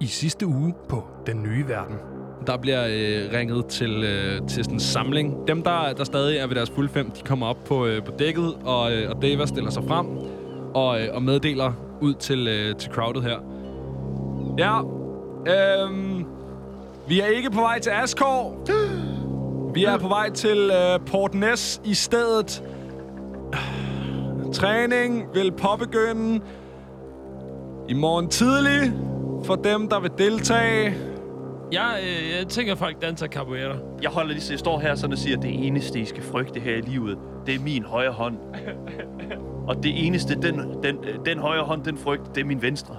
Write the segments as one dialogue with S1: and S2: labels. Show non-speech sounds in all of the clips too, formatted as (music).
S1: i sidste uge på Den Nye Verden.
S2: Der bliver øh, ringet til, øh, til sådan en samling. Dem, der, der stadig er ved deres fulde fem, de kommer op på, øh, på dækket, og, øh, og Dava stiller sig frem og, øh, og meddeler ud til, øh, til crowdet her. Ja, øhm, vi er ikke på vej til Askov. Vi er på vej til øh, Port Næs i stedet. Træning vil påbegynde i morgen tidlig for dem, der vil deltage.
S3: Jeg, øh, jeg tænker, folk danser capoeira.
S4: Jeg holder lige så jeg står her sådan og siger, at det eneste, I skal frygte her i livet, det er min højre hånd. og det eneste, den, den, øh, den højre hånd, den frygt, det er min venstre.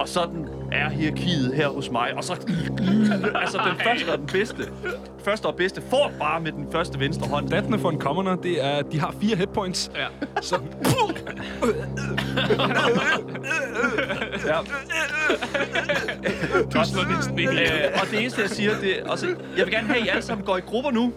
S4: Og sådan er hierarkiet her hos mig. Og så... altså, den første og den bedste. Første og bedste får bare med den første venstre hånd.
S2: Dattene for en commoner, det er, de har fire hitpoints. Ja. Så, øh,
S3: Du slår din sne.
S4: Øh, og det eneste, jeg siger, det er... Også, jeg vil gerne have, at I alle sammen går i grupper nu.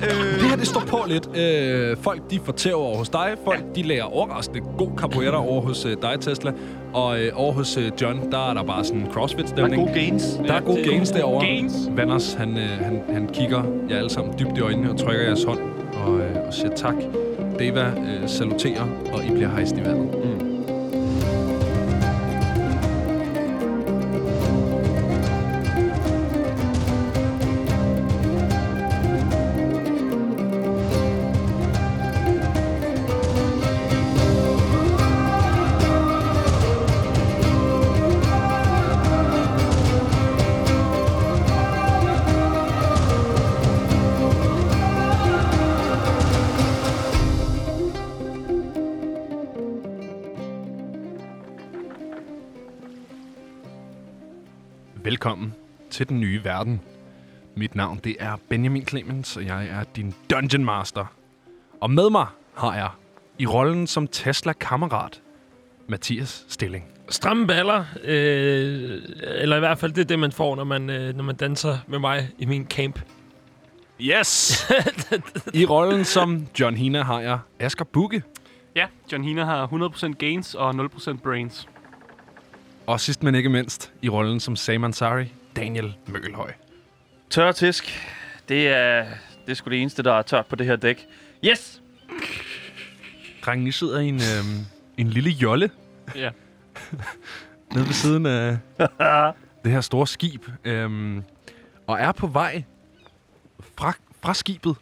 S2: det her, det står på lidt. Øh, folk, de får tæv over hos dig. Folk, de lærer overraskende god capoeira over hos øh, dig, Tesla. Og øh, over hos øh, John, der er der bare sådan en
S4: Der er
S2: crossfit-stemning.
S4: gode gains.
S2: Der er gode
S3: det er
S2: gains derovre.
S3: gains.
S2: Vanders, han, øh, han, han kigger jer alle sammen dybt i øjnene og trykker jeres hånd og, øh, og siger tak. Deva øh, saluterer, og I bliver hejst i vandet. Velkommen til den nye verden. Mit navn det er Benjamin Clemens, og jeg er din Dungeon Master. Og med mig har jeg i rollen som Tesla-kammerat, Mathias Stilling.
S3: Stramme baller. Øh, eller i hvert fald, det er det, man får, når man, øh, når man danser med mig i min camp.
S2: Yes! I rollen som John Hina har jeg Asger Bugge.
S5: Ja, John Hina har 100% gains og 0% brains.
S2: Og sidst men ikke mindst, i rollen som Sam Ansari, Daniel Møgelhøj.
S4: Tør tisk. Det er, det er sgu det eneste, der er tørt på det her dæk. Yes!
S2: Drengen, I sidder i en, øhm, en lille jolle
S5: Ja.
S2: (laughs) nede ved siden af det her store skib, øhm, og er på vej fra, fra skibet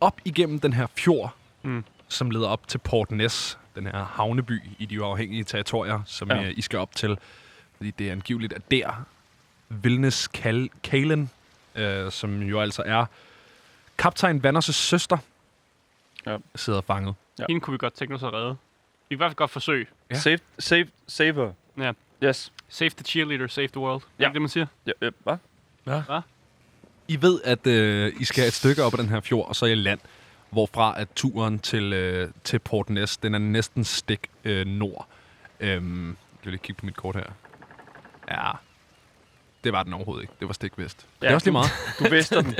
S2: op igennem den her fjord, mm.
S5: Mm.
S2: som leder op til Port Ness, den her havneby i de uafhængige territorier, som
S4: Ja.
S2: ja. I skal op til. Fordi det er angiveligt, at der Vilnes Kal- Kalen, øh, som jo altså er kaptajn Vanders' søster, ja.
S4: Ja.
S2: sidder fanget.
S4: Ja.
S5: Hende kunne vi godt tænke os at redde. Vi kan i hvert fald godt forsøge.
S2: Ja.
S4: Save, save, saver.
S5: Ja.
S4: Yes.
S5: Save the cheerleader, save the world. Ja.
S4: Ja.
S5: Er det, det man siger?
S4: Ja, øh, hvad?
S2: I ved, at øh, I skal et stykke op ad den her fjord, og så i land, hvorfra at turen til, øh, til Port Næs, den er næsten stik øh, nord. Øhm, jeg vil lige kigge på mit kort her. Ja, det var den overhovedet ikke. Det var stik vest. Ja. Det er
S4: Ja.
S2: også lige meget.
S4: Du vidste
S5: (laughs)
S4: den.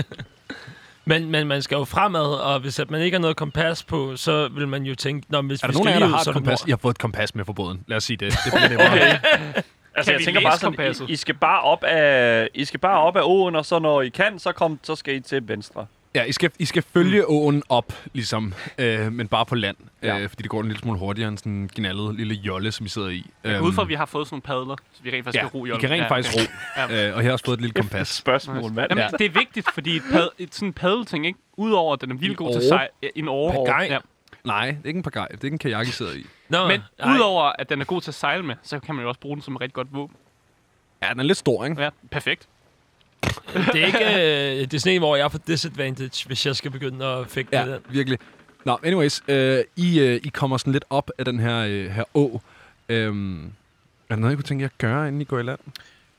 S3: Men, men man skal jo fremad, og hvis at man ikke har noget kompas på, så vil man jo tænke, Nå, men hvis
S2: Er
S3: vi
S2: der nogen af jer, der
S3: skal lige ud,
S2: har
S3: så
S2: et
S3: er det
S2: kompas?
S3: nord."
S2: Jeg har fået et kompas med for båden. Lad os sige det. Det bliver nemmere.
S4: altså,
S5: Kan
S4: jeg
S5: vi
S4: tænker
S5: læse
S4: bare sådan,
S5: kompasset?
S4: I, I, skal bare op af, I skal bare op af åen, og så når I kan, så, kom, så skal I til venstre.
S2: Ja, I skal, I skal følge mm. åen op, ligesom, øh, men bare på land. Ja.
S4: Ja.
S2: Øh, fordi det går en lille smule hurtigere end sådan en gnaldet lille jolle, som I sidder i.
S5: Jeg går ud fra, at vi har fået sådan nogle padler, så vi rent
S2: Øhm.
S5: faktisk
S2: ja,
S5: kan ro
S2: I kan rent faktisk ro.
S5: (laughs) Ja.
S2: Øh, og her har også fået et lille kompas.
S4: Spørgsmål, mand.
S5: Jamen,
S2: Ja.
S5: ja. det er vigtigt, fordi et, pad, et sådan paddelting, ikke? Udover at den er vildt god til
S2: åre.
S5: sej, ja, en åre.
S3: Pagaj.
S5: Ja.
S2: Nej, det er ikke en pagaj. Det er ikke en kajak, I sidder i.
S3: Nå,
S5: Men
S3: ej.
S5: udover at den er god til at sejle med, så kan man jo også bruge den som et rigtig godt våben.
S2: Ja, den er lidt stor, ikke?
S5: Ja, perfekt.
S3: Det er ikke øh, det er sådan en, hvor jeg er for disadvantage, hvis jeg skal begynde at fægte ja.
S2: Ja,
S3: den.
S2: virkelig. Nå, anyways. Øh, I, øh, I kommer sådan lidt op af den her, øh, her å. Øhm, er der noget, I kunne tænke jer at gøre, inden I går i land?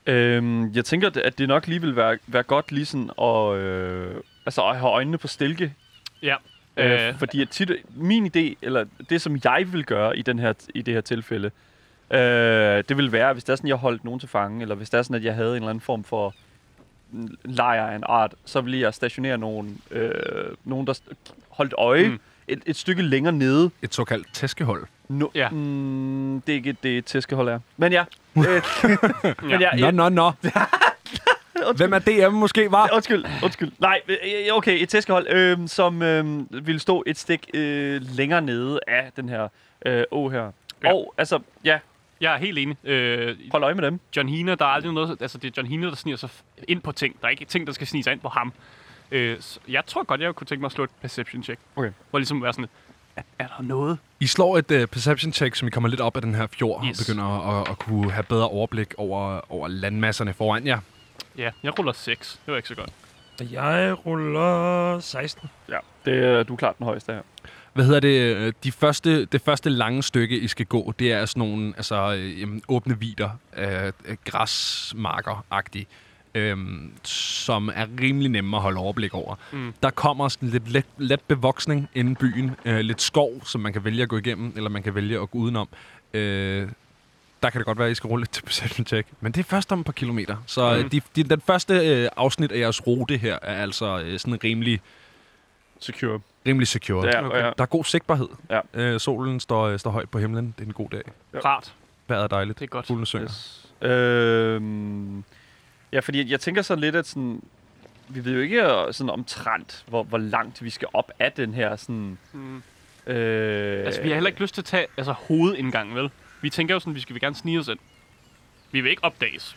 S4: Øhm, jeg tænker, at det nok lige vil være, være godt lige sådan at, øh, altså at have øjnene på stilke.
S5: Ja.
S4: Øh, øh. Fordi at tit, min idé, eller det som jeg vil gøre i, den her, i det her tilfælde, øh, det vil være, hvis der er sådan, jeg holdt nogen til fange, eller hvis der er sådan, at jeg havde en eller anden form for mm, lejr af en art, så ville jeg stationere nogen, øh, nogen der st- holdt øje
S5: Mm.
S4: mm. et, et stykke længere nede.
S2: Et såkaldt tæskehold.
S4: No,
S5: Ja.
S4: mm, det er ikke det, tæskehold er. Men ja, Øh, men jeg,
S2: Nå, nå, nå. Hvem er DM måske, var?
S4: undskyld, undskyld. Nej, øh, øh, okay, et tæskehold, øh, som øh, ville stå et stik øh, længere nede af den her øh, å her.
S5: Ja.
S4: Og altså, ja,
S5: Jeg er helt enig. Øh,
S4: hold øje med dem.
S5: John Hina, der er aldrig noget... Altså, det er John Hina, der sniger sig f- ind på ting. Der er ikke ting, der skal snige sig ind på ham. Øh, så jeg tror godt, jeg kunne tænke mig at slå et perception check.
S4: Okay.
S5: Hvor ligesom være sådan lidt, er, er der noget?
S2: I slår et uh, perception check, som I kommer lidt op af den her fjord,
S5: Yes.
S2: og begynder at, at kunne have bedre overblik over, over landmasserne foran jer.
S5: Ja, jeg ruller 6. Det var ikke så godt.
S3: Og jeg ruller 16.
S4: Ja, det, er- du er klart den højeste her.
S2: Hvad hedder det? øh, De første, det første lange stykke, I skal gå, det er sådan nogle altså, øh, jamen, åbne vider af af græsmarker-agtige, øhm, som er rimelig nemme at holde overblik over. Mm. Der kommer sådan lidt let, let bevoksning inden byen. Øh, lidt skov, som man kan vælge at gå igennem, eller man kan vælge at gå udenom. Øh, der kan det godt være, at I skal rulle lidt til perception check. Men det er først om et par kilometer. Så mm. de, de, den første øh, afsnit af jeres rute her er altså øh, sådan rimelig,
S4: Secure.
S2: rimelig secure.
S4: Ja, okay.
S5: Okay.
S4: ja.
S2: Der er god sigtbarhed.
S4: Ja.
S2: Øh, solen står, øh, står højt på himlen. Det er en god dag.
S4: Ja.
S5: Rart.
S2: Vejret er dejligt.
S5: Det er godt.
S2: Fuglen synger. Yes.
S4: Yes. Øhm, ja, fordi jeg tænker sådan lidt, at sådan, vi ved jo ikke øh, sådan omtrent, hvor, hvor langt vi skal op af den her sådan...
S5: Mm.
S4: Øh,
S5: Altså, vi har heller ikke lyst til at tage altså, hovedindgangen, vel? Vi tænker jo sådan, at vi skal vi gerne snige os ind. Vi vil ikke opdages.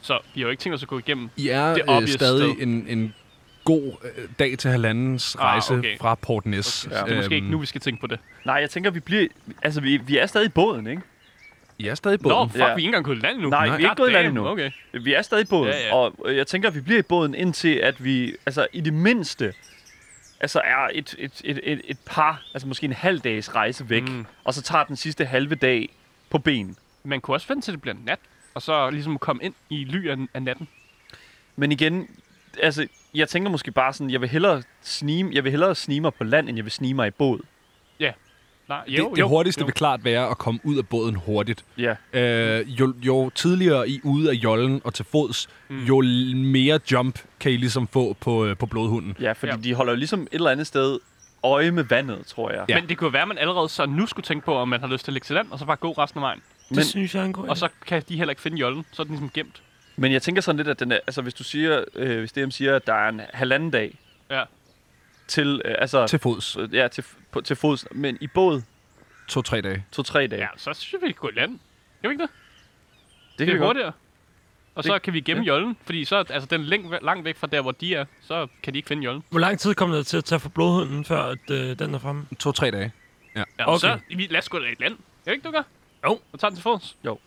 S5: Så vi har jo ikke tænkt os at gå igennem.
S2: I er,
S5: Det er
S2: er øh,
S5: obvious
S2: stadig
S5: sted.
S2: en, en god øh, dag til halvandens
S5: Ah,
S2: rejse
S5: okay.
S2: fra Port Næs.
S5: Så det er måske ikke nu, vi skal tænke på det.
S4: Nej, jeg tænker, vi bliver... Altså, vi, vi er stadig i båden, ikke?
S2: Øhm, I er stadig i
S5: Nå,
S2: båden.
S5: fuck,
S4: Ja.
S5: vi er ikke engang gået i land nu.
S4: Nej, vi er ikke gået i land
S5: damn,
S4: endnu.
S5: Okay.
S4: Vi er stadig i båden,
S5: Ja,
S4: ja,
S5: ja.
S4: ja. og øh, jeg tænker, at vi bliver i båden indtil, at vi altså i det mindste altså er et, et, et, et, et par, altså måske en halv dags rejse væk,
S5: Mm.
S4: mm. og så tager den sidste halve dag på ben.
S5: Man kunne også vente til, det bliver nat, og så ligesom komme ind i ly af, af natten.
S4: Men igen, altså jeg tænker måske bare sådan, jeg vil hellere snige, jeg vil hellere snige mig på land, end jeg vil snige mig i båd.
S5: Nej, jo,
S2: Det, det
S5: jo,
S2: hurtigste
S5: jo.
S2: vil klart være at komme ud af båden hurtigt.
S4: Ja,
S2: Øh, jo, jo tidligere I er ude af jollen og til fods, mm. jo l- mere jump kan I ligesom få på, øh, på blodhunden.
S4: ja fordi
S5: Ja.
S4: ja. de holder jo ligesom et eller andet sted øje med vandet, tror jeg.
S2: Ja.
S4: Ja.
S5: Men det kunne være, at man allerede så nu skulle tænke på, om man har lyst til at lægge til land, og så bare gå resten af vejen.
S3: Det
S4: Men-
S3: synes jeg er en god
S5: Og så kan de heller ikke finde jollen, så er den ligesom gemt.
S4: Men jeg tænker sådan lidt, at den er, altså hvis du siger, øh, hvis DM siger, at der er en halvanden dag
S5: Ja.
S4: til, øh, altså
S2: Til fods.
S4: Så, ja, til, på, til fods, men i båd
S2: To-tre dage.
S4: to-tre dage.
S5: Ja, så synes jeg, vi kan gå i land. Kan vi ikke det?
S4: det
S5: Det
S4: vi
S5: er
S4: godt.
S5: hurtigere. Og så
S4: Det-
S5: kan vi gemme jollen, fordi så altså den er læng- langt væk fra der, hvor de er, så kan de ikke finde jollen.
S3: Hvor lang tid kommer det til at tage for blodhunden, før at, øh, den er fremme?
S2: To-tre dage.
S5: Ja,
S3: Okay.
S5: okay. så vi- lad os gå i land. Er det ikke, du gør?
S3: Jo.
S5: Og tager den til fods?
S4: Jo.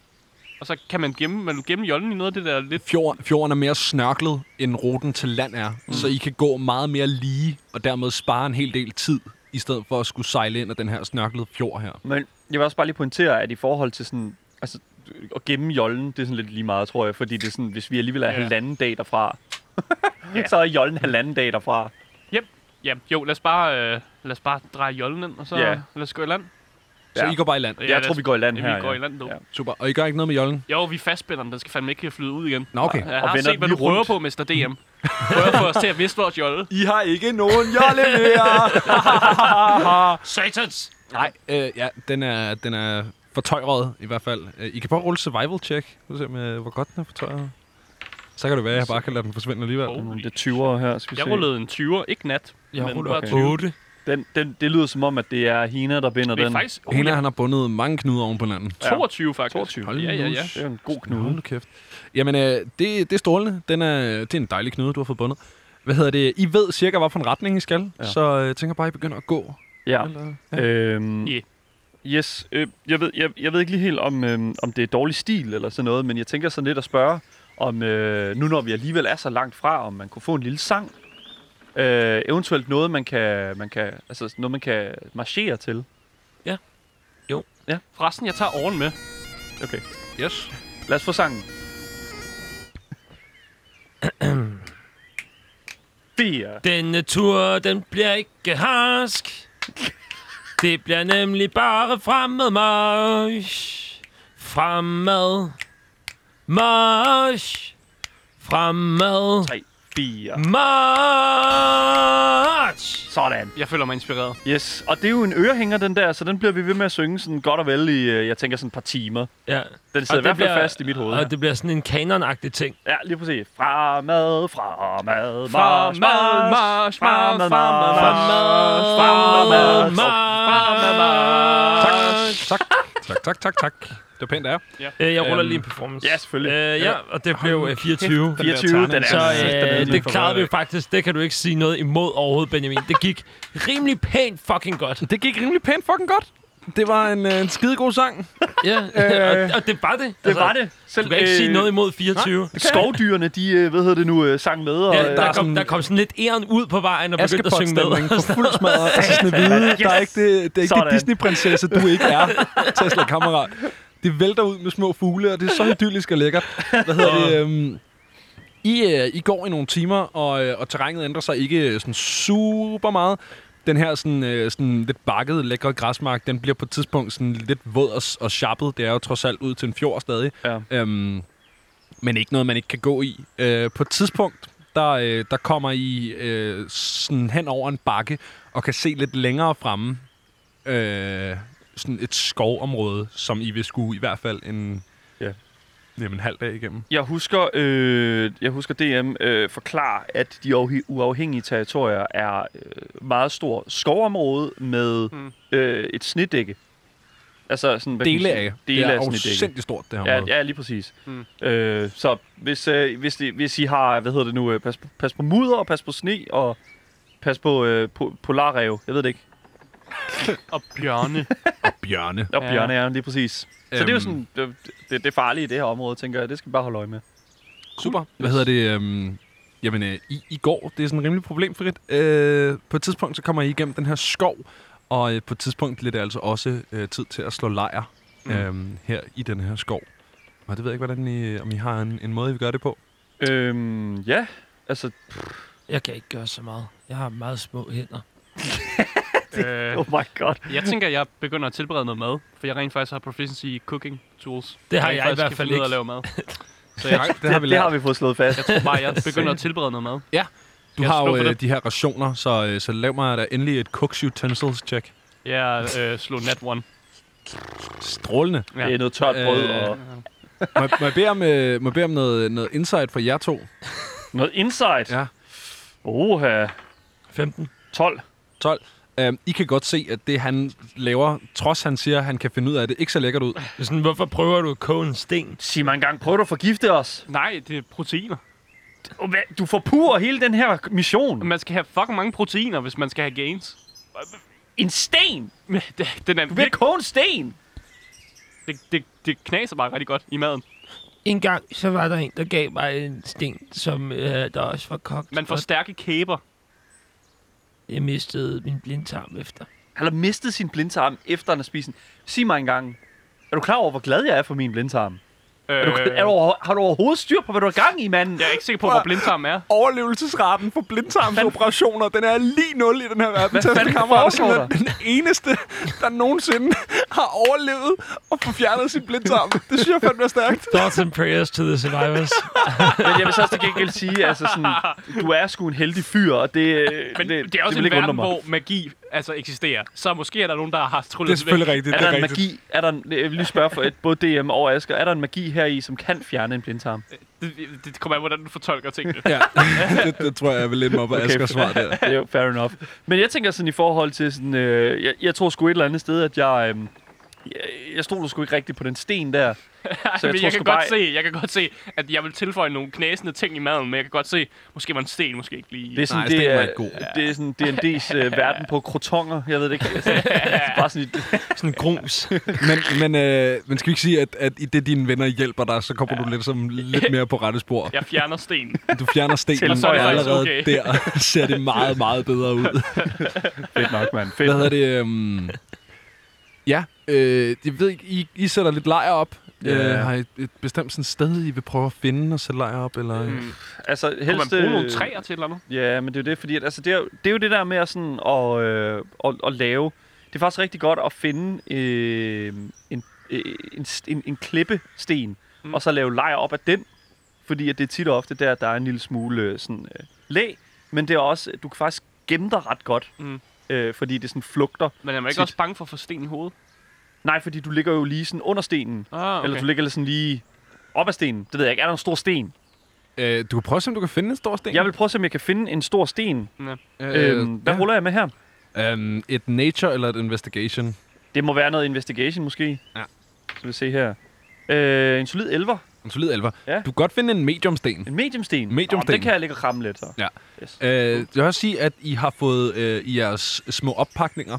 S5: Og så kan man gemme, man vil gemme jollen i noget af det der lidt...
S2: fjord, fjorden er mere snørklet, end ruten til land er. Mm. Så I kan gå meget mere lige, og dermed spare en hel del tid, i stedet for at skulle sejle ind af den her snørklede fjord her.
S4: Men jeg vil også bare lige pointere, at i forhold til sådan, altså at gemme jollen, det er sådan lidt lige meget, tror jeg, fordi det er sådan, hvis vi alligevel er
S5: Ja.
S4: ja. halvanden dag derfra,
S5: (laughs) Ja.
S4: ja. så er jollen halvanden dag derfra.
S5: Ja, jo, lad os bare, øh, lad os bare dreje jollen ind, og så
S4: Ja.
S5: lad os gå i land.
S2: Så
S4: Ja.
S2: I går bare i land.
S5: Ja,
S4: jeg
S5: lad
S4: tror,
S5: os-
S4: vi går i land
S5: ja,
S4: her.
S5: Vi går i land nu.
S4: Ja.
S2: Super. Og I gør ikke noget med jollen?
S5: Jo, vi fastspænder den. Den skal fandme ikke flyde ud igen.
S2: Nå, okay.
S5: Jeg
S4: Og
S5: har
S4: vender
S5: set, hvad
S4: den
S5: du
S4: lige
S5: prøver
S4: rundt.
S5: på, Mr. DM. Prøver at få os til at miste vores jolle.
S2: I har ikke nogen jolle mere!
S3: Satans!
S2: (laughs) Nej, øh, ja, den er, den er fortøjret i hvert fald. Øh, I kan prøve at rulle survival check. Nu se, om, øh, hvor godt den er fortøjret. Så kan det være, at jeg bare kan lade den forsvinde alligevel.
S5: Oh.
S2: Oh.
S4: Det er 20'er her, skal vi
S5: Jeg
S4: se.
S5: rullede en 20'er, ikke nat.
S3: Jeg
S5: men
S3: ruller
S5: bare 20.
S3: 8.
S4: Den, den, det lyder som om, at det er Hina, der binder
S5: Det er
S4: den.
S5: faktisk oh,
S2: Hende,
S5: ja,
S2: han har bundet mange knuder oven på hinanden.
S5: 22, faktisk.
S4: 22.
S2: Hold
S5: Ja, ja,
S2: nu
S5: ja.
S4: Det er jo en god
S2: Hold
S4: knude.
S2: nu kæft. Jamen, øh, det, det er strålende. Den er, det er en dejlig knude, du har fået bundet. Hvad hedder det? I ved cirka, hvad for en retning I skal, ja.
S4: Ja.
S2: så øh, jeg tænker bare, I begynder at gå.
S4: Ja.
S2: Eller,
S4: Øhm,
S5: Yeah.
S4: Yes, øh, jeg, ved, jeg, jeg ved ikke lige helt, om, øh, om det er dårlig stil eller sådan noget, men jeg tænker sådan lidt at spørge, om øh, nu når vi alligevel er så langt fra, om man kunne få en lille sang. Øh, eventuelt noget, man kan, man kan, altså noget, man kan marchere til.
S5: Forresten, jeg tager åren med.
S4: Okay.
S5: Yes.
S4: Lad os få sangen. (clears throat) Fire.
S3: Denne tur, den bliver ikke harsk. Det bliver nemlig bare fremad march. Fremad march. Fremad
S4: Tre. Fire.
S3: march.
S4: Sådan.
S5: Jeg føler mig (laughs) inspireret.
S4: Yes, og det er jo en ørehænger, den der, så den bliver vi ved med at synge sådan godt og vel i, øh, jeg tænker, sådan et par timer.
S3: Ja.
S4: Den sidder i
S3: det
S4: hvert fald
S3: bliver-
S4: fast i mit hoved.
S3: Og det bliver sådan en kanonagtig ting.
S4: Ja, lige præcis. Fremad, fremad, march,
S5: Fremad,
S4: march,
S5: march, march,
S4: fremad, march,
S5: fremad,
S4: fremad, march.
S5: Fremad.
S2: Tak, tak, tak, tak, tak. Det var pænt af jer.
S3: Øh, jeg ruller
S2: Øhm,
S3: lige en performance.
S4: Ja, selvfølgelig.
S3: Øh, ja, og det blev øh, 24.
S2: Den der
S4: 24, den er altså-
S2: terning.
S3: Så øh,
S4: lige
S3: det klarede vi jo faktisk. Det kan du ikke sige noget imod overhovedet, Benjamin. Det gik rimelig pænt fucking godt.
S2: Det gik rimelig pænt fucking godt. Det var en, øh, en skidegod sang.
S3: (laughs) Ja, og, og det var det. Altså,
S4: Det var det. Selv,
S3: Du kan ikke
S4: øh,
S3: sige noget imod 24.
S4: (laughs) Skovdyrene, de, øh, hvad hedder det nu, øh, sang med. Og,
S3: Ja,
S4: øh,
S3: der,
S2: er
S3: kom,
S2: sådan-
S3: der kom sådan lidt æren ud på vejen og begyndte at synge med.
S2: Askepot-stemning på fuld smadret. Altså sådan at vide, der er ikke det, det, er ikke det
S4: Sådan.
S2: Disney-prinsesse, du ikke er, Tesla kammerat. Det vælter ud med små fugle, og det er så idyllisk og lækkert. Hvad hedder det? Øhm, I, øh, I går i nogle timer, og, øh, og terrænet ændrer sig ikke øh, sådan super meget. Den her sådan, øh, sådan lidt bakkede, lækre græsmark, den bliver på et tidspunkt sådan lidt våd og, og sjappet. Det er jo trods alt ud til en fjord stadig.
S4: Ja.
S2: Øhm, men ikke noget, man ikke kan gå i. Øh, på et tidspunkt, der, øh, der kommer I øh, sådan hen over en bakke og kan se lidt længere fremme øh, sådan et skovområde, som I vil skue i hvert fald en,
S4: Ja.
S2: jamen, en halv dag igennem.
S4: Jeg husker, øh, jeg husker DM øh, forklare, at de uafhi- uafhængige territorier er øh, meget stor skovområde med
S5: Mm.
S4: øh, et snedække. Altså sådan, hvad kan man
S2: Dele
S4: sige?
S2: af.
S4: Dele
S2: det
S4: af
S2: er
S4: snedække.
S2: sindssygt stort, det her
S4: Ja,
S2: område.
S4: ja, lige præcis.
S5: Mm.
S4: Øh, så hvis, øh, hvis, I, hvis I har, hvad hedder det nu, øh, pas, på- pas på mudder og pas på sne og pas på, øh, på polarrev, jeg ved det ikke,
S5: Og bjørne.
S2: Bjørne.
S4: og
S5: Ja.
S4: ja. bjørneæren, lige præcis. Så det er jo
S2: Øhm.
S4: sådan, det, det, det er farlige i det her område, tænker jeg, det skal vi bare holde øje med.
S2: Super. Hvad hedder det? Øhm, jamen, øh, I, I går, det er sådan rimelig problemfrit. Øh, på et tidspunkt, så kommer I igennem den her skov, og øh, på et tidspunkt bliver det altså også øh, tid til at slå lejr mm. øhm, her i den her skov. Og det ved jeg ikke, hvordan I, om I har en, en måde, vi gør det (laughs) på.
S4: Øhm, ja, altså,
S3: (laughs) Jeg kan ikke gøre så meget. Jeg har meget små hænder.
S5: øh,
S4: oh my god.
S5: jeg tænker, jeg begynder at tilberede noget mad, for jeg rent faktisk har proficiency i cooking tools.
S3: Det har
S5: rent
S3: jeg i
S5: faktisk
S3: hvert
S5: kan
S3: fald
S5: finde ud
S3: ikke.
S5: af at lave mad. Så
S2: Det,
S5: jeg,
S2: det har vi
S4: det, det
S2: lært.
S4: har vi fået slået fast.
S5: jeg tror bare, jeg begynder at tilberede noget mad.
S2: Du
S5: Jeg
S2: har jo
S5: slår for
S2: øh,
S5: det.
S2: de her rationer, så, øh, så lav mig da endelig et cook's utensils check.
S5: Jeg øh, slog nat one.
S2: Strålende.
S5: (laughs) Ja.
S4: Det er noget tørt brød
S2: Øh.
S4: og
S2: Må, jeg- må jeg bede om, øh, må jeg bede om noget, noget insight fra jer to?
S4: noget insight.
S2: Ja.
S4: Oha,
S3: 15.
S4: 12.
S2: 12. Øhm, I kan godt se, at det, han laver, trods han siger, at han kan finde ud af det, ikke så lækkert ud.
S3: Det er sådan, hvorfor prøver du at koge en sten?
S4: Sig mig engang, prøv du at forgifte os?
S5: Nej, det er proteiner.
S4: Og hvad- Du forpurer hele den her mission.
S5: Man skal have fucking mange proteiner, hvis man skal have gains.
S4: En sten!
S5: (laughs) Men det- Den er
S4: Du vil
S5: virkelig,
S4: koge en sten!
S5: det, det, det knaser bare rigtig godt i maden.
S3: En gang, så var der en, der gav mig en sten, som øh, der også var kogt.
S5: Man får
S3: og
S5: stærke kæber.
S3: Jeg mistede min blindtarm efter.
S4: Han har mistet sin blindtarm efter han har spist den. Sig mig engang, er du klar over, hvor glad jeg er for min blindtarm?
S5: Øh,
S4: Er du, er du, overho- har du overhovedet styr på, hvad du har gang i, manden?
S5: Jeg er ikke sikker på, hvor blindtarm er.
S2: Overlevelsesraten for blindtarmsoperationer, den er lige nul i den her verden. Hvad
S4: fanden Kammerat er foregår simpelthen
S2: den eneste, der nogensinde har overlevet og får fjernet sin blindtarm. Det synes jeg fandme er stærkt.
S3: Thoughts and prayers to the survivors.
S4: Men jeg vil så også til gengæld sige, altså sådan, du er sgu en heldig fyr, og det, øh,
S5: Men det, det er også
S4: vil
S5: det
S4: ikke
S5: en
S4: undre
S5: verden,
S4: mig.
S5: hvor magi altså eksisterer. Så måske er der nogen, der har trullet
S2: Det er
S5: den
S2: selvfølgelig
S5: væk.
S2: rigtigt.
S4: Er
S2: det
S4: der
S2: er
S4: en
S2: rigtigt.
S4: magi, er der en, jeg vil lige spørge for et, både DM og Asger, er der en magi her i, som kan fjerne en blindtarm?
S5: Det, det kommer af, hvordan du fortolker tingene.
S2: Ja, (laughs) det, det, tror jeg, jeg vil lidt mig op af
S4: Okay.
S2: Askers svar der.
S4: Det er jo fair enough. Men jeg tænker sådan i forhold til sådan, øh, jeg, jeg tror sgu et eller andet sted, at jeg, øh, jeg, jeg stoler sgu ikke rigtigt på den sten der.
S5: Så jeg, men
S4: tror
S5: jeg,
S4: sgu
S5: kan
S4: bare-
S5: godt se, jeg kan godt se, at jeg vil tilføje nogle knasende ting i maden, men jeg kan godt se, måske var en sten måske ikke lige...
S4: Det er sådan,
S2: Nej,
S4: det
S2: stenen var
S4: er,
S2: ikke god.
S4: det er sådan D&D's øh, verden på krotonger, jeg ved det ikke. Altså, bare sådan et,
S3: sådan en grus.
S2: Men, men, øh, men skal vi ikke sige, at, at i det, dine venner hjælper dig, så kommer du lidt, som, lidt mere på rette spor.
S5: Jeg fjerner
S4: (laughs)
S5: stenen.
S2: Du fjerner
S4: Til-
S2: stenen,
S4: Og så er
S2: og
S4: det
S5: faktisk
S2: allerede
S5: okay.
S2: der (laughs) ser det meget, meget bedre ud.
S4: fedt nok, mand. Fedt.
S2: Hvad hedder det? Um... Ja, øh, jeg ved ikke, I, I sætter lidt lejr op.
S4: Ja.
S2: Yeah. Øh, har I et bestemt sådan sted, I vil prøve at finde og sætte lejr op? Eller? Mm.
S5: Mm.
S4: Altså,
S5: Kunne man
S4: helst,
S5: bruge nogle
S4: øh,
S5: træer til et eller andet?
S4: Ja, men det er jo det, fordi at, altså, det, er jo, det er jo det der med at, sådan, at, øh, at, at lave. Det er faktisk rigtig godt at finde øh, en, øh, en, st- en, en klippesten,
S5: Mm.
S4: mm. og så lave lejr op af den. Fordi at det er tit og ofte der, der er en lille smule øh, sådan, øh, læ, men det er også, du kan faktisk gemme dig ret godt,
S5: Mm.
S4: mm. øh, fordi det sådan flugter.
S5: Men er man ikke
S4: Tit.
S5: også bange for at få sten i hovedet?
S4: Nej, fordi du ligger jo lige sådan under stenen.
S5: Ah,
S4: (laughs)
S5: okay.
S4: Eller du ligger lidt sådan lige op ad stenen. Det ved jeg ikke. Er der en stor sten?
S2: Øh, du kan prøve at se, om du kan finde en stor sten.
S4: Jeg vil prøve at se, om jeg kan finde en stor sten.
S5: Ja.
S4: Øh, øhm, hvad
S2: ja.
S4: ruller jeg med her?
S2: Øhm, et nature eller et investigation?
S4: Det må være noget investigation, måske.
S2: Ja.
S4: Så vi se her. Øh, en solid elver.
S2: En solid elver.
S4: Ja.
S2: Du kan godt finde en mediumsten.
S4: En mediumsten.
S2: Mediumsten.
S4: Nå, men den kan jeg ligge og kramme lidt. Så.
S2: Ja.
S4: Yes.
S2: Øh, jeg vil også sige, at I har fået øh, i jeres små oppakninger,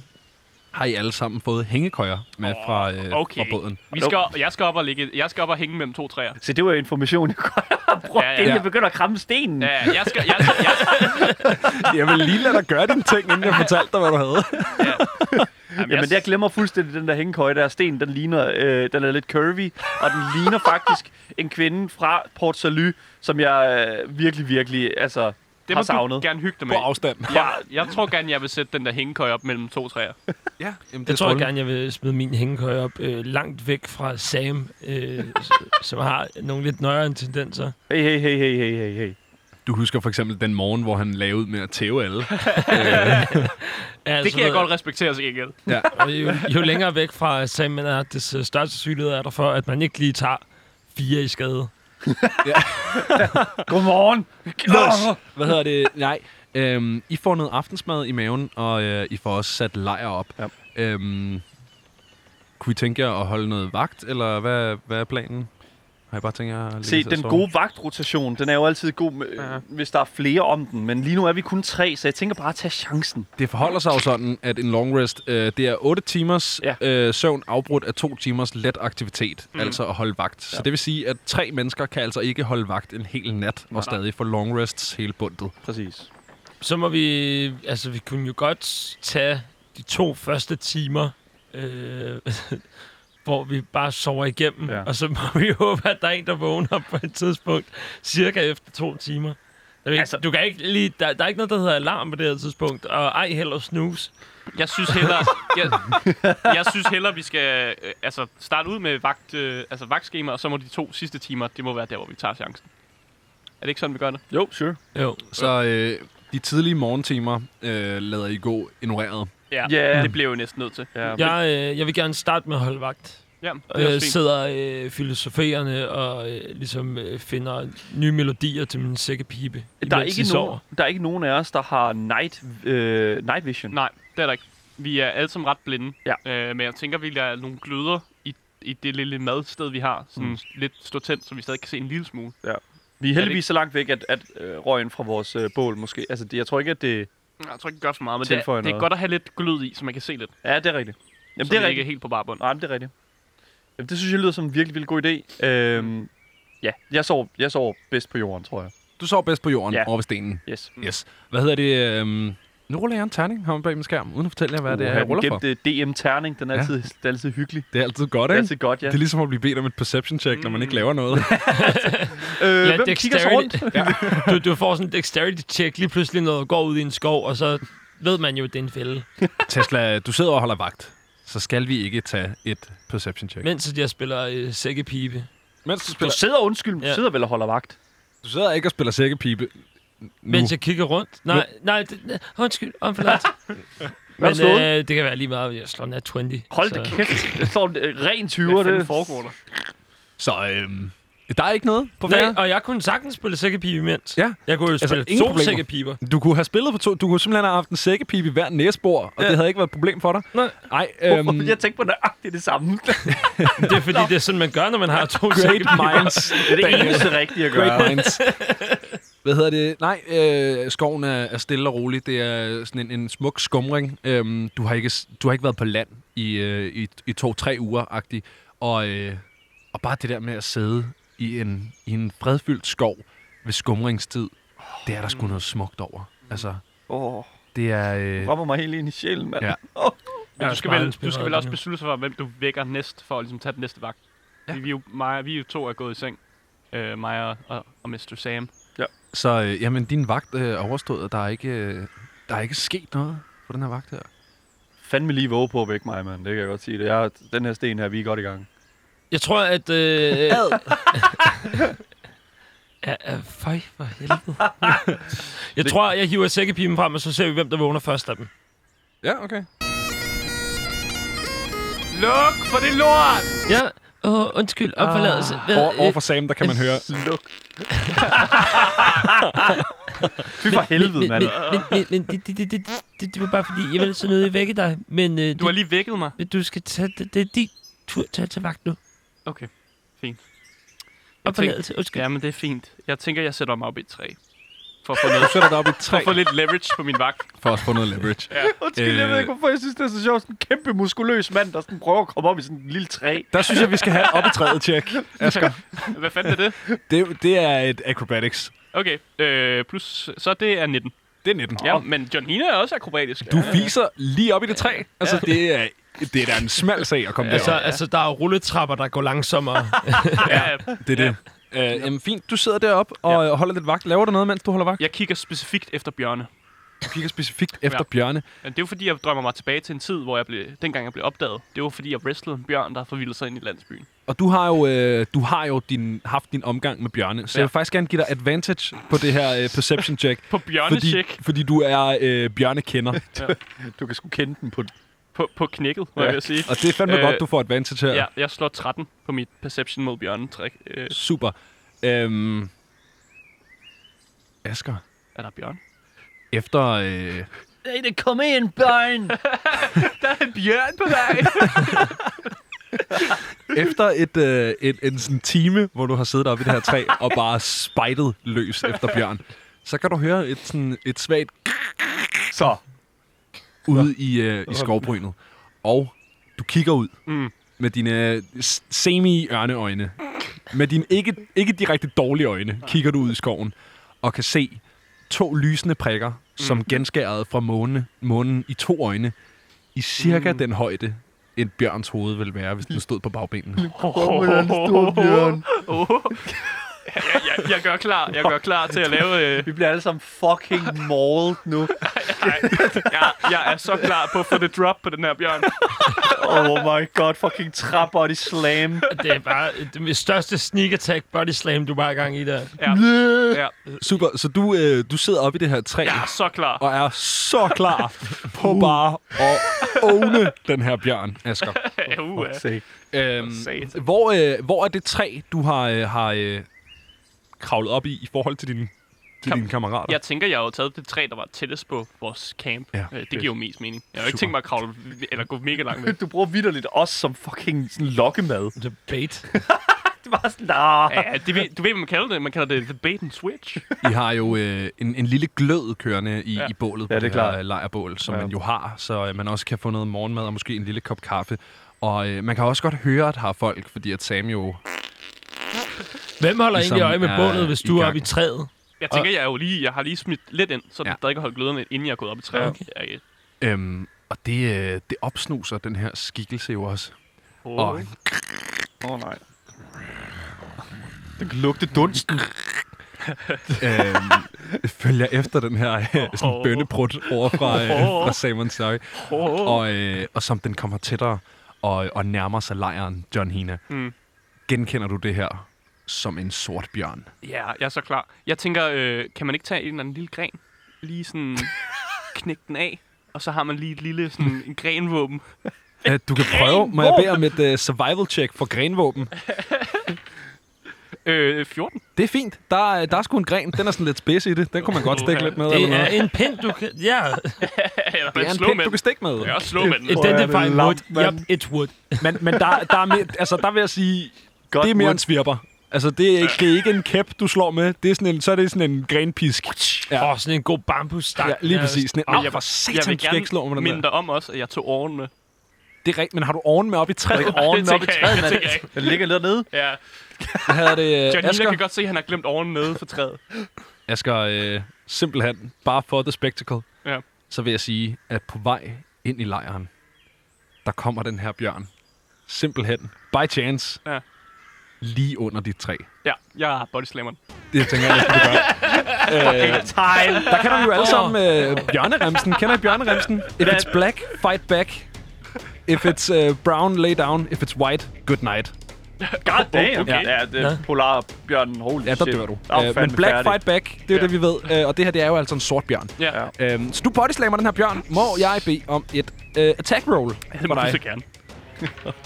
S2: har I alle sammen fået hængekøjer med
S5: Åh,
S2: fra, øh,
S5: okay.
S2: fra båden.
S5: Vi skal, op- jeg, skal op og ligge, jeg skal op og hænge mellem to træer.
S4: Se, det var information, jeg godt (laughs) har brugt,
S5: Ja,
S4: ja,
S5: ja.
S4: ja. inden
S2: Ja.
S4: jeg begynder at kramme stenen.
S5: Ja, jeg skal, jeg, skal, jeg,
S2: Jeg vil lige lade dig gøre dine ting, inden jeg fortalte dig, hvad du havde.
S5: jamen,
S4: Jamen, jeg glemmer fuldstændig den der hængekøje der. Stenen, den ligner, øh, den er lidt curvy, og den
S5: (laughs)
S4: ligner faktisk en kvinde fra Port Salut, som jeg øh, virkelig, virkelig altså,
S5: det
S4: har
S5: må
S4: savnet.
S5: du gerne hygge dig
S2: På
S5: med.
S2: afstand.
S5: Jeg, jeg tror gerne, jeg vil sætte den der hængekøj op mellem to træer.
S4: Altså,
S2: Ja, jamen,
S3: Jeg tror jeg gerne, jeg vil smide min hængekøje op øh, langt væk fra Sam, øh, s- som har nogle lidt nøjere tendenser.
S4: Hey, hey, hey, hey, hey, hey, hey.
S2: Du husker for eksempel den morgen, hvor han lavede ud med at tæve alle.
S3: Ja,
S5: Det
S3: så
S5: kan jeg
S3: altså, ved-
S5: godt respektere sig gengæld.
S2: Ja.
S3: Og jo, jo længere væk fra Sam man er, des øh, større sandsynlighed er der for, at man ikke lige tager fire i skade.
S4: Godmorgen.
S2: Yes. Hvad hedder det? Nej. Øhm, I får noget aftensmad i maven, og øh, I får også sat lejr op.
S4: Ja.
S2: Øhm, kunne I tænke jer at holde noget vagt, eller hvad, hvad er planen? Har I bare tænkt jer at ligge
S4: Se,
S2: og
S4: den
S2: sove?
S4: gode vagtrotation, den er jo altid god, med,
S5: Ja.
S4: øh, hvis der er flere om den. Men lige nu er vi kun tre, så jeg tænker bare at tage chancen.
S2: Det forholder sig jo sådan, at en long rest, øh, det er 8 timers ja.
S4: Ja.
S2: øh, søvn afbrudt af 2 timers let aktivitet, mm. altså at holde vagt. Ja. Så det vil sige, at tre mennesker kan altså ikke holde vagt en hel nat, og stadig få long rests hele bundet.
S4: Præcis.
S3: Så må vi... Altså, vi kunne jo godt tage de to første timer, øh, (laughs) hvor vi bare sover igennem. Ja.
S4: Ja.
S3: Og så må vi (laughs) håbe, at der er en, der vågner på et tidspunkt, cirka efter to timer. Jeg ved, altså,
S4: Altså-
S3: du kan ikke lige, der, der er ikke noget, der hedder alarm på det her tidspunkt, og ej heller snooze.
S5: Jeg synes hellere, jeg, jeg synes hellere vi skal øh, altså, starte ud med vagt, øh, altså, vagtskema, og så må de to sidste timer, det må være der, hvor vi tager chancen. Er det ikke sådan, vi gør det?
S4: Jo, sure.
S3: Jo.
S2: Så øh, de tidlige morgentimer øh, lader I gå ignoreret.
S5: Ja,
S4: Ja.
S5: det bliver jeg jo næsten nødt til.
S4: Ja. Ja.
S3: Jeg, øh, jeg vil gerne starte med at holde vagt.
S5: Ja, det er
S3: Øh,
S5: også fint.
S3: sidder øh, filosoferende og øh, ligesom øh, finder nye melodier til min sækkepibe.
S4: Der, er
S3: imens
S4: ikke
S3: I
S4: nogen, der er ikke nogen af os, der har night, øh, night vision.
S5: Nej, det er der ikke. Vi er alle sammen ret blinde.
S4: Ja.
S5: Øh, men jeg tænker, vi lader nogle gløder i, i det lille madsted, vi har, sådan mm. lidt stå tændt, så vi stadig kan se en lille smule.
S4: Vi er
S5: Er det ikke-
S4: heldigvis så langt væk, at, at øh, røgen fra vores øh, bål måske... Altså, det, jeg tror ikke, at det...
S5: Jeg tror ikke, det gør for meget, men det er,
S4: Tilføjer
S5: det er
S4: noget.
S5: godt at have lidt glød i, så man kan se lidt.
S4: Ja, det er rigtigt. Jamen, det
S5: så vi
S4: er
S5: ikke er
S4: rigtigt.
S5: helt på barbund.
S4: Nej, men det er rigtigt. Jamen, det synes jeg lyder som en virkelig, virkelig god idé. Øhm, ja, jeg sover, jeg sover bedst på jorden, tror jeg.
S2: Du sover bedst på jorden
S4: Ja. Mm.
S2: ja. over ved stenen.
S4: Yes.
S2: Yes. Hvad hedder det? Øh, nu ruller jeg en terning her bag min skærm, uden at fortælle jer, hvad det er, jeg ruller for.
S4: gemt, DM Terning, den er,
S2: Ja.
S4: altid, den er altid hyggelig.
S2: Det er altid godt,
S4: Det
S2: ikke?
S4: er altid godt, ja.
S2: Det er ligesom at blive bedt om et perception check, mm. når man ikke laver
S4: (laughs)
S2: noget.
S4: øh,
S3: Ja,
S4: hvem kigger så rundt?
S3: dexterity. (laughs) du, du får sådan en dexterity check lige pludselig, når du går ud i en skov, og så ved man jo, at det er en fælde,
S2: Tesla, du sidder og holder vagt. Så skal vi ikke tage et perception check. Men,
S3: mens jeg spiller øh, sækkepibe.
S2: mens du,
S4: Du
S2: spiller,
S4: sidder, undskyld, du
S3: Ja.
S4: sidder vel og holder vagt.
S2: du sidder ikke og spiller sækkepipe. Nu.
S3: Mens jeg kigger rundt. Nej, nej, det, nej, undskyld,
S2: (laughs)
S3: omforladt.
S4: Hvad
S3: Men
S4: slår
S3: øh, det kan være lige meget, jeg slår nat 20.
S4: Hold
S3: så-
S4: da kæft. Det står en øh, ren
S5: Hvad
S4: 20'er,
S5: fanden
S4: det.
S5: foregår
S4: (laughs)
S5: der?
S2: Så øhm, der er ikke noget på
S3: Nej,
S2: færre.
S3: og jeg kunne sagtens spille sækkepibe imens.
S2: Ja.
S3: Jeg kunne jo
S2: Altså,
S3: spille
S2: ingen
S3: to
S2: problemer.
S3: sækkepiber.
S2: Du kunne have spillet på to. Du kunne simpelthen have haft en sækkepipe i hver næsebor, og ja. det havde ikke været et problem for dig.
S3: Nej.
S2: Nej,
S4: Hvorfor?
S2: øhm,
S4: Jeg tænkte på nøjagtigt det samme.
S3: Det er fordi,
S4: (laughs)
S3: det er sådan, man gør, når man har to
S2: great
S3: sækkepiber.
S2: minds.
S4: Det er det eneste rigtige at gøre.
S2: Great (laughs) minds. Hvad hedder det? Nej, øh, skoven er, er stille og rolig. Det er sådan en, en smuk skumring. Øhm, du, har ikke, s- du har ikke været på land i, øh, i, i to-tre uger, agtig. Og, øh, og bare det der med at sidde i en, i en fredfyldt skov ved skumringstid, det er der sgu noget smukt over. Altså,
S4: Åh, oh,
S2: det er... Øh,
S4: rammer mig helt ind i sjælen, mand.
S2: Ja.
S4: Ja.
S5: Men
S3: Jeg er
S5: du
S3: også
S5: skal,
S3: meget
S5: vel, du
S3: inspireret
S5: skal
S3: lige
S5: vel
S3: nu.
S5: også beslutte sig for, hvem du vækker næst, for at ligesom tage den næste vagt. Ja. Vi, er jo, mig, vi er jo to er gået i seng. Øh, mig og, og, og Mr. Sam.
S2: så øh, jamen, din vagt øh, er overstået, og der er, ikke, øh, der er ikke sket noget på den her vagt her.
S4: Fandme lige våge på at vække mig, mand. Det kan jeg godt sige. Det er, den her sten her, vi er godt i gang.
S3: Jeg tror, at... Øh, ja, (laughs) Ja, ja, fej for helvede. (laughs) jeg tror, jeg hiver sækkepipen frem, og så ser vi, hvem der vågner først af dem.
S2: Ja, okay.
S5: Luk for det lort!
S3: Ja, åh, undskyld, om forladelse. øh, Hvad,
S2: Over, over for Sam, der kan man høre.
S4: (laughs) Fy for helvede, mand.
S3: Men, men, men det, det, det, det, det, det var bare fordi, jeg ville så nødig vække dig. Men øh,
S5: Du har lige vækket mig.
S3: du, du skal tage, det, det er din tur til at tage vagt nu.
S5: Okay, fint.
S3: Og
S5: tænkte-
S3: forladelse, undskyld.
S5: Ja, men det er fint. Jeg tænker, jeg sætter mig op i et træ. For at få, (laughs) noget,
S2: Du sætter dig op i et
S5: for
S2: træ
S5: at få lidt leverage på min vagt.
S2: for at få noget leverage.
S4: Undskyld, (laughs) jeg
S2: Øh.
S4: ved ikke, hvorfor jeg synes, det er så sjovt. Sådan en kæmpe muskuløs mand, der sådan prøver at komme op i sådan en lille træ.
S2: Der synes jeg, vi skal have op i træet, tjek. Asger,
S5: Hvad fanden er det?
S2: det, det er et acrobatics.
S5: Okay, øh, plus, så det er 19.
S2: Det er 19.
S5: Ja, men John Hina er også akrobatisk.
S2: Du viser lige op i det træ. Altså, det er, det er da en smal sag at komme
S3: Altså,
S2: derop.
S3: altså, der er jo rulletrapper, der går (laughs) langsommere.
S5: Ja,
S2: Det er det. Øh, jamen fint, du sidder deroppe og øh, holder lidt vagt. Laver du noget, mens du holder vagt?
S5: jeg kigger specifikt efter bjørne.
S2: Du kigger specifikt efter
S5: Ja.
S2: bjørne.
S5: Men det er jo fordi, jeg drømmer mig tilbage til en tid, hvor jeg blev, dengang jeg blev opdaget. Det var fordi, jeg wrestlede en bjørn, der forvildede sig ind i landsbyen.
S2: Og du har jo, øh, du har jo din, haft din omgang med bjørne, så ja.
S5: Ja.
S2: jeg vil faktisk gerne give dig advantage på det her øh, perception check.
S5: (laughs) På bjørnecheck.
S2: fordi, fordi du er øh, bjørnekender.
S4: Du kan sgu kende den på den.
S5: På, på knækket, må ja. jeg vil sige.
S2: Og det er fandme øh,
S5: Øh,
S2: godt, du får advantage her.
S5: Ja, jeg slår 13 på mit perception mod bjørnen trick. Øh,
S2: Super. Øhm, Asger,
S5: er der bjørn?
S2: efter... Øh,
S4: Hey, det kom ind, børn!
S5: En bjørn på vej!
S2: Efter et, øh, et, en sådan time, hvor du har siddet oppe i det her træ og bare spejtet løs efter bjørn, så kan du høre et, sådan, et svagt
S4: Så.
S2: ude i, øh, i skovbrynet. Og du kigger ud
S5: Mm.
S2: med dine øh, s- semi-ørneøjne. Med dine ikke, ikke direkte dårlige øjne kigger du ud i skoven og kan se to lysende prikker, som genskæret fra månen, månen i to øjne, i cirka den højde, en bjørns hoved vil være, hvis den stod på bagbenene.
S4: Hvor er den store bjørn?
S5: jeg, jeg, jeg gør klar, jeg gør klar til at lave...
S4: (laughs)
S5: Øh,
S4: Vi bliver alle sammen fucking mauled nu.
S5: jeg, jeg er så klar på at få det drop på den her bjørn.
S4: Oh my god, fucking trap body slam.
S3: det er bare øh, det er største sneak attack body slam, du bare er i gang i der.
S5: Ja, ja.
S2: Super, så du, øh, du sidder oppe i det her træ
S5: Jeg er så klar.
S2: og er så klar på
S5: Uh.
S2: bare at ovne den her bjørn,
S5: (laughs)
S2: Asger.
S5: Ja, uh, ja.
S4: Se.
S2: Øhm, hvor, øh, hvor er det træ, du har, øh, har øh, kravlet op i i forhold til dine, til
S5: Kam-
S2: dine kammerater?
S5: Jeg tænker, jeg har jo taget det træ, der var tættest på vores camp.
S2: Ja.
S5: Ja, øh, det giver jo mest mening. Jeg har jo ikke tænkt mig at kravle, eller gå mega langt væk.
S4: Du bruger vidderligt os som fucking sådan lokkemad.
S3: The bait.
S4: Det var sådan, nah.
S5: Ja, det, ved- du ved, hvad man kalder det? Man kalder det The Bait and Switch.
S2: I har jo øh, en, en lille glød kørende i, ja.
S5: Ja.
S2: i bålet på
S4: Ja, det er
S2: her
S4: klart.
S2: øh, lejrbål, som ja.
S4: Ja.
S2: man jo har, så øh, man også kan få noget morgenmad og måske en lille kop kaffe. Og øh, man kan også godt høre, at har folk, fordi at Sam jo...
S3: Hvem holder
S2: Ligesom
S3: egentlig øje med
S2: er
S3: bålet, hvis
S2: i
S3: du er
S2: gang.
S3: oppe i træet?
S5: Jeg tænker, jeg, er jo lige, jeg har lige smidt lidt ind, så
S2: Ja. Ah,
S5: ja. der ikke har holdt gløderne, inden jeg er gået op i træet.
S3: Okay.
S5: Okay. Ja, ja.
S2: Øhm, og det, øh, det opsnuser den her skikkelse jo også.
S5: Oh.
S2: Og
S4: Åh oh, nej. Det kan lugte dunsten.
S2: øhm, (laughs) følger efter den her øh, sådan bønneprut over fra, øh, fra Simon Sorry. Og, øh, og som den kommer tættere og, og nærmer sig lejren, John Hina,
S5: Mm.
S2: genkender du det her som en sort bjørn?
S5: ja, jeg er så klar. Jeg tænker, øh, kan man ikke tage en eller anden lille gren? Lige
S4: (laughs)
S5: sådan knække den af, og så har man lige et lille sådan, en grenvåben.
S2: Øh, du kan prøve. Må jeg bede om et øh, survival check for grenvåben?
S5: Øh, 14.
S2: Det er fint. Der, er- der er sgu en gren. Den er sådan lidt spids i det. Den kunne man godt stikke lidt med. eller
S3: Det er
S2: noget.
S3: en pind, du kan... Ja,
S5: Eller
S2: det
S5: man
S2: er en
S5: slå
S2: pind,
S5: med
S2: du kan
S5: den.
S2: stikke med.
S5: Jeg kan også slå med den.
S4: Hvor er det
S3: identifying wood.
S4: langt, mand.
S3: Yep, it's wood.
S2: Men, men der, der, er mere, altså, der vil jeg sige,
S4: Godt
S2: det er mere
S4: wood.
S2: en svirper. Altså, det er, ikke, det er ikke en kæp, du slår med. Det er sådan en, så er det sådan en grenpisk.
S3: Åh,
S2: Ja,
S3: oh, sådan en god bambusstang.
S2: ja lige præcis. Sådan en,
S5: Men
S2: oh, for
S5: jeg
S2: satan,
S5: vil
S2: du skal ikke slå
S5: gerne
S2: med den
S5: minde
S2: der.
S5: dig om også, at jeg tog åren med.
S2: Det er rigtigt, men har du oven med op i træet?
S5: det tænker jeg ikke, det tænker jeg ikke.
S4: Den ligger dernede.
S5: Ja.
S2: Hvad hedder det? øh,
S5: Johnny Asger.
S2: Asger?
S5: kan godt se, at han har glemt åren nede for træet.
S2: Asger, øh, simpelthen, bare for the spectacle,
S5: Ja.
S2: så vil jeg sige, at på vej ind i lejren, der kommer den her bjørn. Simpelthen, by chance,
S5: Ja.
S2: lige under dit træ.
S5: Ja, jeg er bodyslammeren.
S2: Det tænker jeg, det gør. øh,
S4: Time.
S2: der kender vi jo alle sammen øh, bjørneremsen. Kender I bjørneremsen? If
S4: Hvad?
S2: it's øh, black, fight back. If it's uh, brown, lay down. If it's white, good night.
S4: God damn.
S5: Oh, Okay.
S4: Ja, det er
S3: Ja.
S4: polarbjørnen. Holy
S2: Ja, der
S4: shit.
S2: dør du.
S4: Der er
S2: Øh, men
S4: fandme
S2: Black
S4: færdig.
S2: Fight Back, det er jo
S4: Ja.
S2: det, vi ved. Øh, og det her, det er jo altså en sort bjørn.
S5: Ja.
S4: Ja.
S5: ja.
S2: Øhm, hvis du bodyslammer den her bjørn, må jeg bede om et øh, attack roll
S4: Det
S2: for
S4: må du
S2: dig.
S4: så gerne.
S5: (laughs)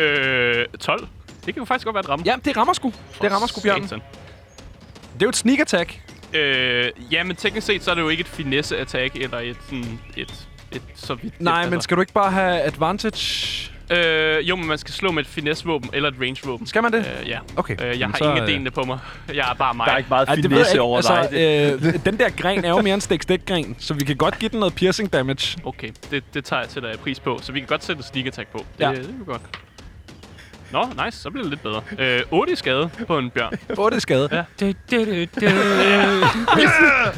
S5: Øh, 12. Det kan jo faktisk godt være et ramme.
S2: Ja, det rammer sgu. Det rammer sgu bjørnen.
S5: Satan.
S2: Det er jo et sneak attack.
S5: Øh, ja, men teknisk set, så er det jo ikke et finesse attack eller et sådan... Et, et, så vidt,
S2: Nej,
S5: et, altså.
S2: men skal du ikke bare have advantage?
S5: Øh, jo, men man skal slå med et finessevåben eller et rangevåben.
S2: Skal man det?
S5: Øh, ja.
S2: Okay.
S5: Øh, jeg har
S2: Så,
S5: ingen
S2: øh,
S5: af delene på mig. Jeg er bare mig.
S4: Der er ikke meget
S2: Ej, det ved jeg
S4: finesse
S2: ikke.
S4: over dig. Det-
S2: altså, øh, den der gren er jo mere en stik-stik-gren, så vi kan godt give den noget piercing damage.
S5: Okay, det, det tager jeg, sætter jeg pris på. Så vi kan godt sætte en sneak attack på. Det,
S2: Ja.
S5: ja. det er jo godt. Nå, nice. Så bliver det lidt bedre. Øh, 8 i skade på en bjørn.
S2: 8 skade. Ja.
S4: Jeg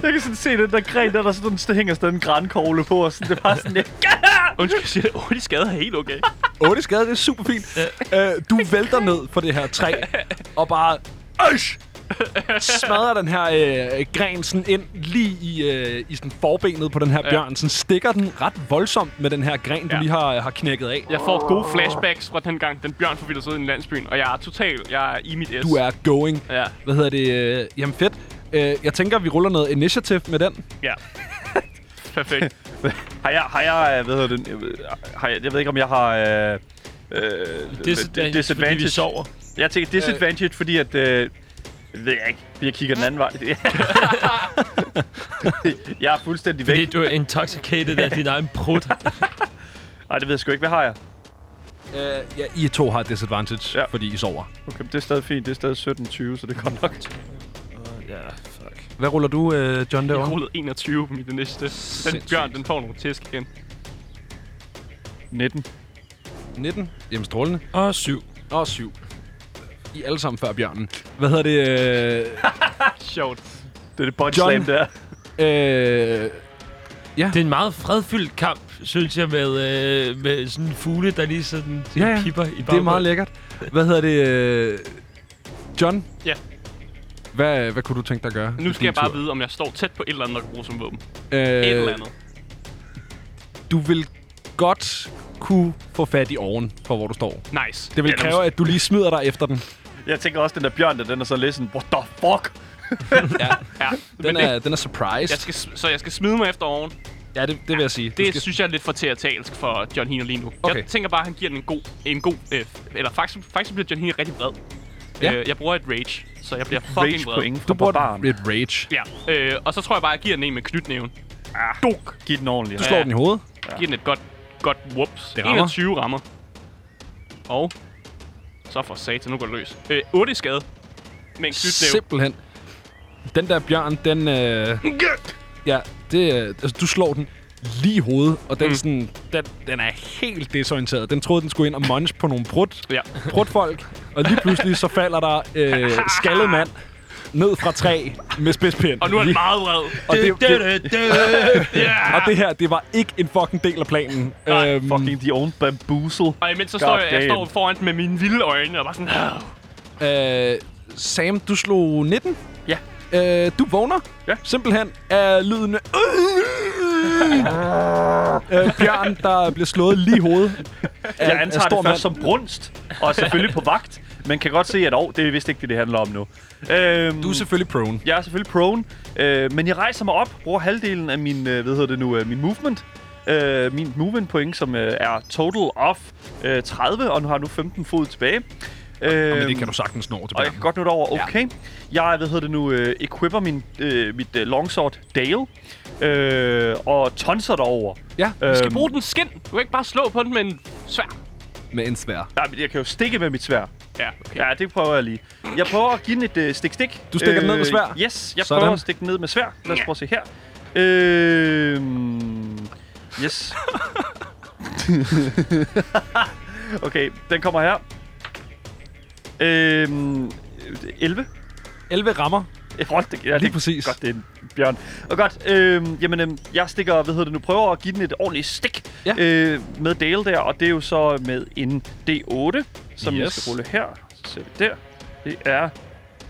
S4: kan sådan se den der gren, der, der, sådan, der hænger stadig en grankogle på, og sådan, det er bare sådan, jeg
S5: (laughs) Undskyld, jeg siger, 8 i skade er helt okay.
S2: 8 skade, det er super fint. Øh, du vælter ned på det her træ, og bare øsh, smadrer den her øh, gren sådan ind lige i, øh, i sådan forbenet på den her bjørn. Sådan stikker den ret voldsomt med den her gren, du
S5: Ja.
S2: lige har, har knækket af.
S5: Jeg får gode flashbacks fra den gang, den bjørn forvilder sig ud i landsbyen. Og jeg er totalt, jeg er i mit S.
S2: Du er going.
S5: Ja,
S2: Hvad hedder det? Øh, jamen fedt. Øh, jeg tænker, vi ruller noget initiative med den.
S5: ja. Perfekt.
S4: Har jeg, har jeg, øh, hvad hedder det, øh, har jeg, jeg ved ikke, om jeg har... Øh, øh,
S3: Disadvantage, fordi vi sover.
S4: Jeg tænker disadvantage, øh. fordi at... Øh, det ved jeg ikke, fordi jeg kigger den anden
S5: (laughs)
S4: vej. jeg er fuldstændig
S3: Fordi
S4: væk.
S3: du er intoxicated af din egen prut.
S4: Nej, det ved jeg sgu ikke. Hvad har jeg?
S2: Øh, ja, I to har disadvantage,
S4: Ja.
S2: ja. fordi I sover.
S4: Okay, det er stadig fint. Det er stadig 17-20, så det er godt nok.
S3: ja, fuck.
S2: Hvad ruller du, øh, John,
S5: Jeg
S2: derovre?
S5: rullede 21 på mit næste. Den
S2: Sindssygt.
S5: bjørn, den får nogle tæsk igen.
S4: 19.
S2: 19. Jamen strålende.
S3: Og syv.
S2: Og 7. I er alle sammen før bjørnen. Hvad hedder det? Øh, (laughs)
S5: Sjovt.
S4: Det er det body
S2: John.
S4: slam der.
S2: øh,
S3: Det er en meget fredfyldt kamp, synes jeg, med, øh, med sådan en fugle, der lige sådan
S2: Ja,
S3: ja,
S2: ja.
S3: ja. pipper i baggrunden.
S2: det er meget lækkert. Hvad hedder det? Øh, John?
S5: Ja.
S2: Hvad, hvad kunne du tænke dig at gøre? i
S5: Nu skal
S2: din
S5: jeg bare
S2: tur?
S5: vide, om jeg står tæt på et eller andet, der kan bruge som våben.
S2: Øh,
S5: Et eller andet.
S2: Du vil godt kunne få fat i oven for, hvor du står.
S5: Nice.
S2: Det vil
S5: Ja,
S2: kræve, at du lige smider dig efter den.
S4: Jeg tænker også, den der bjørn, der den er sådan lidt sådan, what the fuck?
S5: Ja,
S2: Den
S5: men det-
S2: er, den er surprise.
S5: Jeg skal, s- så jeg skal smide mig efter oven.
S2: Ja, det, det vil jeg sige. Du
S5: Det
S2: skal...
S5: synes jeg er lidt for teatralsk for John Hino lige nu.
S2: Okay.
S5: Jeg tænker bare, at han giver den en god... En god øh, eller faktisk, faktisk bliver John Hino rigtig vred.
S2: Ja.
S5: Øh, jeg bruger et rage, så jeg bliver fucking
S4: Rage
S5: vred.
S4: point fra
S2: du bruger
S4: barbaren.
S2: et rage.
S5: Ja, øh, og så tror jeg bare, at jeg giver den en med knytnæven.
S4: Duk! Giv den ordentligt.
S2: Du slår den i hovedet.
S5: Ja. Giver den et godt, godt whoops.
S2: Det rammer.
S5: 21 rammer. Og så for satan, nu går det løs. Øh, 8 i skade. Med en knytnæve.
S2: Simpelthen. Den der bjørn, den... Øh, ja, det, øh, altså, du slår den lige i hovedet, og den, mm. sådan, den, den er helt desorienteret. Den troede, den skulle ind og munch på nogle brut,
S5: Ja.
S2: brutfolk, og lige pludselig så falder der øh, skaldet mand ned fra træ med spidspind.
S5: Og nu er han meget vred.
S2: og, det, det, (laughs)
S5: Yeah!
S2: og det her, det var ikke en fucking del af planen.
S5: Nej,
S2: Øhm,
S4: Fucking the own bamboozle.
S5: Og imens så
S4: God
S5: står jeg, jeg
S4: damn.
S5: står foran den med mine vilde øjne og bare sådan... "Åh."
S2: Øh, Sam, du slog 19.
S4: Ja.
S2: Øh, du vågner.
S4: Ja.
S2: Simpelthen af lyden af... øh, Bjørn, der bliver slået lige i hovedet. af-
S4: Jeg
S2: af
S4: antager
S2: stor
S4: det først
S2: mand.
S4: som brunst, og er selvfølgelig på vagt. Man kan godt se, at oh, det er vist ikke det, det handler om nu. Øhm,
S2: Du er selvfølgelig prone.
S4: jeg er selvfølgelig prone, øh, men jeg rejser mig op, bruger halvdelen af min, øh, hvad hedder det nu, øh, min movement. Øh, min movement point, som øh, er total of øh, 30, og nu har nu 15 fod tilbage. Øh,
S2: Men det kan du sagtens nå til
S4: og jeg kan
S2: Bjørn.
S4: godt nå det over, okay. Jeg, hvad hedder det nu, øh, equipper min, øh, mit øh, longsword Dale, øh, og tonser derover.
S2: Ja,
S5: Du
S4: Øhm,
S5: skal bruge den skin. Du kan ikke bare slå på den med en svær.
S2: med en svær.
S4: Nej, men jeg kan jo stikke med mit svær.
S5: Ja,
S4: Okay. Ja, det prøver jeg lige. Jeg prøver at give den et øh, stik-stik.
S2: Du stikker den ned med sværd?
S4: Yes, jeg
S2: Sådan.
S4: prøver at stikke den ned med svær. Lad os prøve at se her. Øh,
S2: (laughs)
S4: yes. (laughs) okay, den kommer her. Øh, 11.
S2: 11 rammer.
S4: (laughs) Eh, Hold det, ja, lige det,
S2: præcis.
S4: Godt, det er en bjørn. Og godt, øh, jamen, øh, jeg stikker, hvad hedder det nu, prøver at give den et ordentligt stik
S2: Ja.
S4: øh, med Dale der, og det er jo så med en D8, som yes. jeg
S2: Yes.
S4: skal rulle her. Så ser vi der. Det er,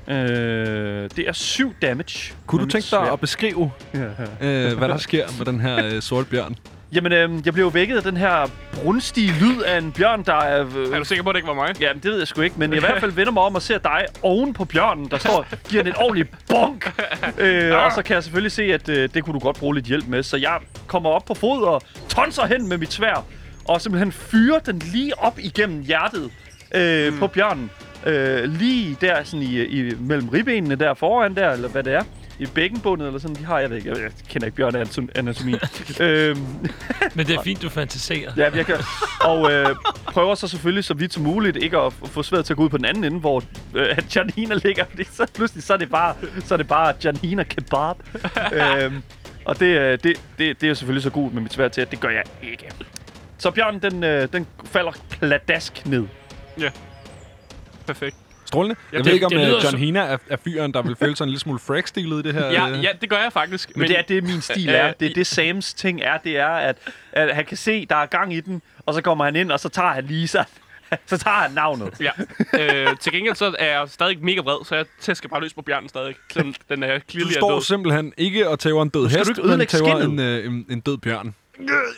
S4: øh, det er 7 damage.
S2: Kunne
S4: med
S2: du
S4: mit
S2: tænke
S4: sværd.
S2: dig at beskrive, øh, hvad der sker med den her øh, sorte bjørn?
S4: Jamen, øhm, jeg blev jo vækket af den her brunstige lyd af en bjørn, der er... Øh,
S5: Er du sikker på, at det ikke var mig?
S4: Ja, det ved jeg sgu ikke, men jeg i hvert fald vender mig om og ser dig oven på bjørnen, der står giver den et ordentligt bonk. Øh, og så kan jeg selvfølgelig se, at øh, det kunne du godt bruge lidt hjælp med. Så jeg kommer op på fod og tonser hen med mit svær, og simpelthen fyrer den lige op igennem hjertet øh, mm. på bjørnen. Øh, lige der sådan i, i, mellem ribbenene der foran der, eller hvad det er. I bækkenbundet eller sådan, de har jeg det ikke. Jeg, jeg kender ikke bjørneanatomi. øhm,
S3: Men det er fint, du fantaserer.
S4: Ja, jeg kan. Og øh, prøver så selvfølgelig så vidt som muligt ikke at f- få sværet til at gå ud på den anden ende, hvor øh, at Janina ligger. (laughs) Fordi så pludselig så er det bare, så er det bare Janina kebab. øhm, og det, øh, det, det, det er jo selvfølgelig så godt med mit svært til, at det gør jeg ikke. Så bjørnen, den, øh, den falder kladask ned.
S5: Perfekt.
S2: Strålende. Jeg
S3: det-
S2: ved ikke, om
S3: det
S2: øh,
S3: lyder
S2: John
S3: som-
S2: Hina er, er fyren, der vil føle sig en lille smule frag i det her.
S5: Ja,
S2: øh.
S5: ja, det gør jeg faktisk.
S4: Men, men det er det, min stil
S5: Øh,
S4: er.
S5: øh,
S4: Det er det, Sams ting er. Det er, at, at han kan se, der er gang i den, og så kommer han ind, og så tager han lige sig. (laughs) Så tager han navnet.
S5: Ja. Øh, til gengæld så er jeg stadig mega vred, så jeg tæsker bare løs på bjørnen stadig. Selvom den er
S2: Du
S5: clearly er
S2: står
S5: død.
S2: simpelthen ikke og tæver en død hest,
S4: du ikke
S2: men
S4: ødelægge
S2: tæver en,
S4: skindet?
S2: øh, en, en død bjørn.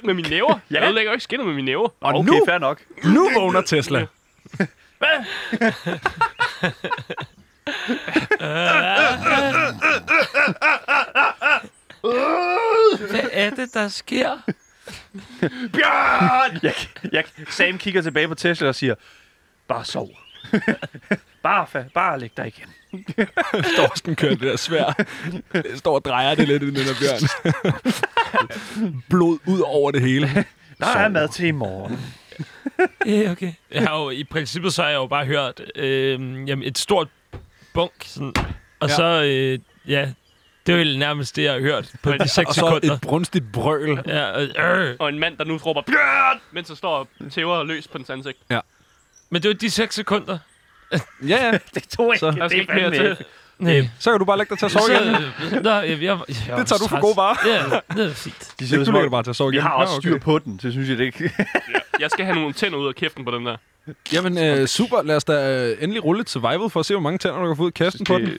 S5: Med mine næver.
S4: Ja.
S5: Jeg ødelægger jo ikke skinnet med mine næver.
S2: Og
S4: okay,
S2: nu-
S4: fair nok.
S2: Nu vågner Tesla.
S3: Hvad er det, der sker?
S4: Bjørn! Jeg, (laughs) jeg, Sam kigger tilbage på Tesla og siger, bare (laughs) sov. bare, fa- bare læg dig igen.
S2: Dorsten kører det der svær. Står og drejer det lidt i den der bjørn. Blod ud over det hele.
S4: Der er mad til i morgen.
S3: Ja, okay. Jeg har jo, I princippet så har jeg jo bare hørt øh, jamen, et stort bunk, sådan,
S2: Ja.
S3: og ja. så, øh, ja, det er jo nærmest det, jeg har hørt på de 6
S2: Og så
S3: sekunder.
S2: et brunstigt brøl.
S3: Ja, og, øh.
S5: Og en mand, der nu råber bjørn, mens han står og tæver løs på dens ansigt.
S3: Men det var de 6 sekunder.
S2: Ja, ja.
S4: (laughs) Det tog ikke.
S2: Så-
S4: det
S5: Der
S4: er
S5: skal ikke mere
S4: fandme
S5: til.
S4: ikke.
S3: Nej.
S2: Så kan du bare lægge dig til at sove igen.
S3: Øh, Nå, øh, jeg, jeg, jeg, jeg
S2: Det tager du for god varer.
S3: Ja, det er fint.
S4: De
S2: Ikke,
S4: siger,
S2: du lægger dig bare til at sove
S4: vi
S2: igen.
S4: har
S2: Nå,
S4: også
S2: okay.
S4: styr på den, så synes jeg det ikke.
S5: Jeg skal have nogle tænder ud af kæften på den der.
S2: Jamen, øh, super. Lad os da øh, endelig rulle et survival for at se, hvor mange tænder du kan få ud af kæften på den.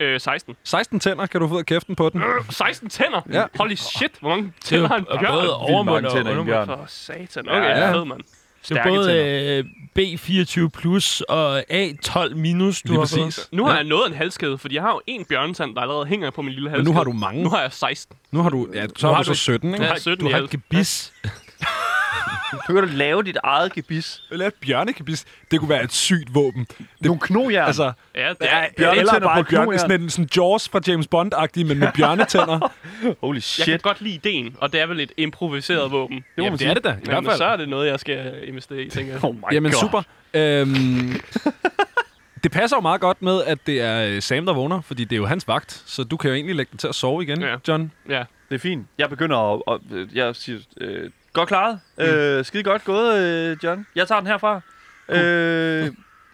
S5: Øh, 16.
S2: 16 tænder kan du få ud af kæften på den.
S5: Øh, 16 tænder?
S2: Ja.
S5: Holy shit, hvor mange
S3: Det er
S5: tænder
S3: jo
S5: har en bjørn?
S3: både overmund
S4: mange
S3: og
S4: tænder i en
S3: undermund.
S4: bjørn.
S5: For satan. Okay,
S4: Ja,
S5: ja,
S2: ja.
S5: ja. fed, mand.
S3: Det er
S4: Stærke
S3: både øh, B24 plus og A12 minus, du
S2: Lige
S3: har
S2: præcis.
S3: fået.
S5: Nu har jeg nået en halskæde, fordi jeg har jo en bjørntand, der allerede hænger på min lille
S2: Men
S5: halskæde.
S2: nu har du mange.
S5: Nu har jeg 16.
S2: Nu har du, ja, så har du så 17,
S5: Nu
S2: ikke?
S5: har jeg 17
S3: Du
S5: i
S3: har et
S5: halsen.
S3: gebis.
S4: Nu kan du lave dit eget gebis.
S2: Eller et bjørnekabis. Det kunne være et sygt våben. Det,
S4: Nogle knogjern. Altså,
S2: altså,
S5: Ja, det
S2: ja,
S5: er...
S4: bjørnetænder
S2: eller bare
S4: på
S2: et bjørn,
S4: knoer.
S2: sådan en sådan Jaws fra James Bond-agtig, men med bjørnetænder.
S4: Holy
S5: Jeg kan
S4: shit.
S5: godt lide ideen, og det er vel et improviseret våben. Det
S2: Jamen, det er det da, i hvert
S5: Men så
S2: fald.
S5: er det noget, jeg skal øh, investere i, tænker jeg.
S4: Oh my
S2: Jamen,
S4: God.
S2: super. Øhm,
S4: (laughs)
S2: det passer jo meget godt med, at det er øh, Sam, der vågner, fordi det er jo hans vagt, så du kan jo egentlig lægge den til at sove igen,
S5: Ja.
S2: John.
S5: Ja.
S4: Det er fint. Jeg begynder at... at øh, jeg siger, øh, godt klaret. Mm. Øh, skide godt gået, øh, John. Jeg tager den herfra. Øh,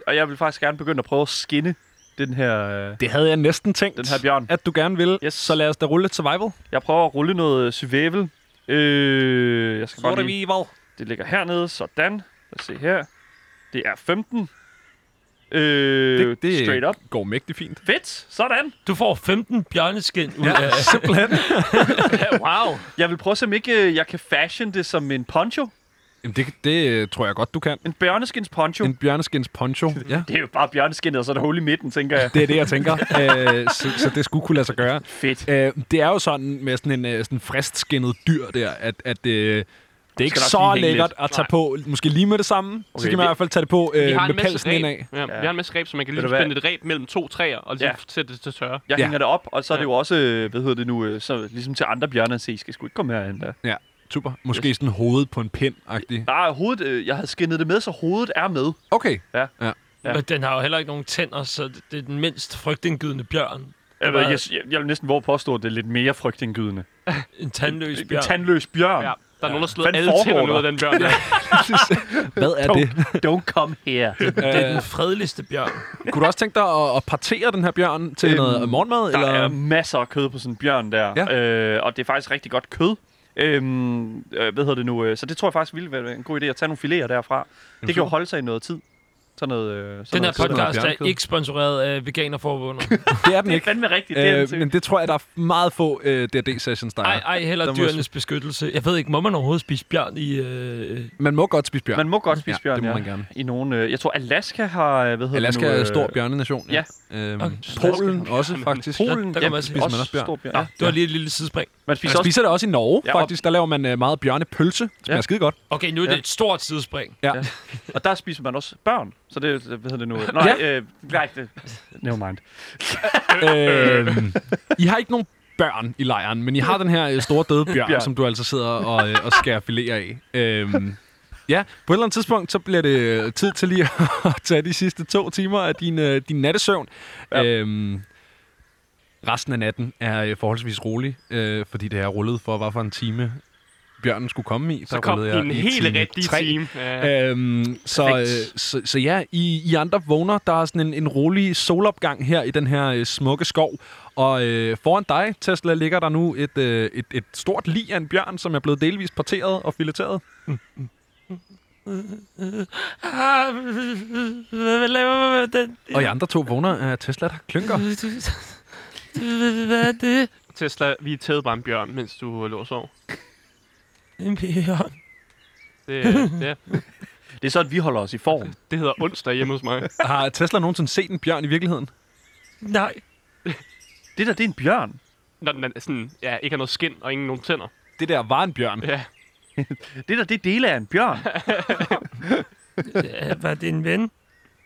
S4: og jeg vil faktisk gerne begynde at prøve at skinne den her... Øh,
S2: Det havde jeg næsten tænkt,
S4: Den her bjørn.
S2: at du gerne ville.
S4: Yes.
S2: Så lad os da rulle et survival.
S4: Jeg prøver at rulle noget syvævel. Øh, jeg skal bare lige...
S2: survival.
S4: Det ligger hernede, sådan. Lad os se her. Det er 15. Øh,
S2: Det, det
S4: straight up.
S2: går mægtig fint.
S4: Fedt, sådan.
S3: Du får 15 bjørneskin ud af...
S2: (laughs) simpelthen.
S5: Wow.
S4: Jeg vil prøve at se, om ikke øh, jeg kan fashion det som en poncho.
S2: Jamen, det, det øh, tror jeg godt, du kan.
S4: En bjørneskins poncho.
S2: En bjørneskins poncho. Ja.
S4: Det er jo bare bjørneskinnet, og så er der hul i midten, tænker jeg.
S2: Det er det, jeg
S4: (laughs)
S2: tænker. Æ, så, så det skulle kunne lade sig gøre.
S4: Fedt.
S2: Øh, det er jo sådan med sådan en øh, sådan fristskinnet dyr der, at, at øh, det er ikke
S4: der også lige
S2: så
S4: hænge
S2: lækkert
S4: lidt?
S2: at tage på, måske lige med det samme. Okay, så
S4: Okay,
S2: kan man i
S4: vi-
S2: hvert fald tage det på øh,
S5: Vi har en
S2: med
S5: masse
S2: pelsen indad.
S5: ræb. Ja, vi har en masse ræb, så man kan
S4: Ved
S5: ligesom
S4: du hvad?
S5: spænde et ræb mellem to træer og ligesom
S4: Ja.
S5: sætte det til tørre.
S4: Jeg
S2: Ja.
S4: ja. hænger det op, og så er det jo også, øh, hvad hedder det nu, øh, så, ligesom til andre bjørner at se, I skal sgu ikke komme herhen der.
S2: Ja, super. Måske sådan hovedet på en pind-agtig.
S4: Nej, hovedet, øh, jeg havde skinnet det med, så hovedet er med.
S2: Okay.
S4: Ja.
S2: ja.
S4: Ja.
S3: Men den har jo heller ikke nogen tænder, så det, det er den mindst frygtindgydende bjørn.
S4: Jeg,
S3: Eller-
S4: Øh, jeg, jeg, jeg vil næsten våge at påstå, at det er lidt mere frygtindgydende.
S3: En tandløs
S4: En
S3: bjørn.
S4: tandløs bjørn.
S5: Ja,
S4: Ja.
S5: der er nogen, der slår
S4: Hvad
S5: alle
S4: foregår
S5: tænderne
S4: der?
S5: ud af den bjørn. (laughs) Ja.
S2: Hvad er det?
S4: Don't come here.
S3: det er den fredeligste bjørn.
S2: Kunne du også tænke dig at, at partere den her bjørn til
S4: Øhm,
S2: noget morgenmad?
S4: Der
S2: Eller?
S4: er masser af kød på sådan en bjørn der,
S2: Ja.
S4: øh, og det er faktisk rigtig godt kød. Øhm, øh, hvad hedder det nu? øh, Så det tror jeg faktisk ville være en god idé at tage nogle filéer derfra. Det kan jo holde sig i noget tid. Sådan noget, øh, sådan
S3: Den her
S4: noget
S2: noget
S3: podcast er
S2: bjørnekød.
S3: ikke sponsoreret af Veganerforbundet.
S2: Det er den
S4: Det er
S2: ikke.
S4: fandme rigtigt. (laughs) Det er
S2: Øh,
S4: øh,
S2: men det tror jeg, der er meget få øh, D&D-sessions, der
S3: Ej,
S2: er.
S3: ej,
S2: Der
S3: heller
S2: må
S3: dyrenes beskyttelse. Jeg ved ikke, må man overhovedet spise bjørn i... Øh...
S2: Man må godt spise bjørn.
S4: Man må godt spise
S2: ja,
S4: bjørn,
S2: det må
S4: ja.
S2: man gerne.
S4: I nogle, øh, jeg tror, Alaska har... øh, Hvad hedder
S2: Alaska
S4: det nu,
S2: er
S4: øh,
S2: en stor bjørnenation. Øhm,
S3: Okay.
S2: Polen også, faktisk.
S3: der
S4: Polen,
S3: kan
S4: ja,
S3: man
S4: spiser
S3: sige.
S4: man
S2: Også
S4: også bjørn.
S2: stor
S4: Ja.
S3: Det var lige et lille sidespring.
S4: Man
S2: Man
S4: spiser også
S2: spiser det også i Norge,
S4: Ja, og-
S2: faktisk. Der laver man øh, meget bjørnepølse. Det smager
S4: Ja.
S2: skide godt.
S3: Okay, nu er det
S4: Ja.
S3: et stort sidespring.
S4: Og der spiser man også børn. Så det, øh, hvad hedder det nu? Nej, ja. øh, nej, det, never mind.
S2: Øhm, I har ikke nogen børn i lejren, men I har den her øh, store døde bjørn,
S4: Bjørn.
S2: som du altså sidder og, øh, og skærer filéer af. Øhm, ja, på et eller andet tidspunkt, så bliver det øh, tid til lige (laughs) at tage de sidste to timer af din, øh, din nattesøvn. Ja.
S4: Ja.
S2: Øhm, resten af natten er øh, forholdsvis rolig, øh, fordi det er rullet for, hvad for en time bjørnen skulle komme i.
S5: Så
S2: Der
S5: kom
S2: rullede jeg
S5: en
S2: i
S5: helt
S2: time
S5: rigtig
S2: tre.
S5: time. Ja.
S2: Øhm, så, øh,
S4: Perfekt.
S2: så, så ja, I, I andre vågner. Der er sådan en, en rolig solopgang her i den her øh, smukke skov. Og øh, foran dig, Tesla, ligger der nu et, øh, et, et stort lig af en bjørn, som er blevet delvist parteret og fileteret.
S3: (laughs) Ah, Hvad laver man med den?
S2: Og I andre to vågner af Tesla, der klynker.
S3: Hvad er det?
S5: Tesla, vi tævede bare en bjørn, mens du øh, lå og sov.
S3: En bjørn.
S5: Det, øh, det, er-
S4: Det er sådan, vi holder os i form.
S5: det hedder onsdag hjemme hos mig.
S2: Har Tesla nogensinde set en bjørn i virkeligheden?
S3: Nej.
S4: Det der, det er en bjørn.
S5: Når den er sådan, ja, ikke har noget skin og ingen nogen tænder.
S2: Det der var en bjørn.
S5: Ja.
S4: Det der, det er dele af en bjørn.
S3: Ja, Var det en ven?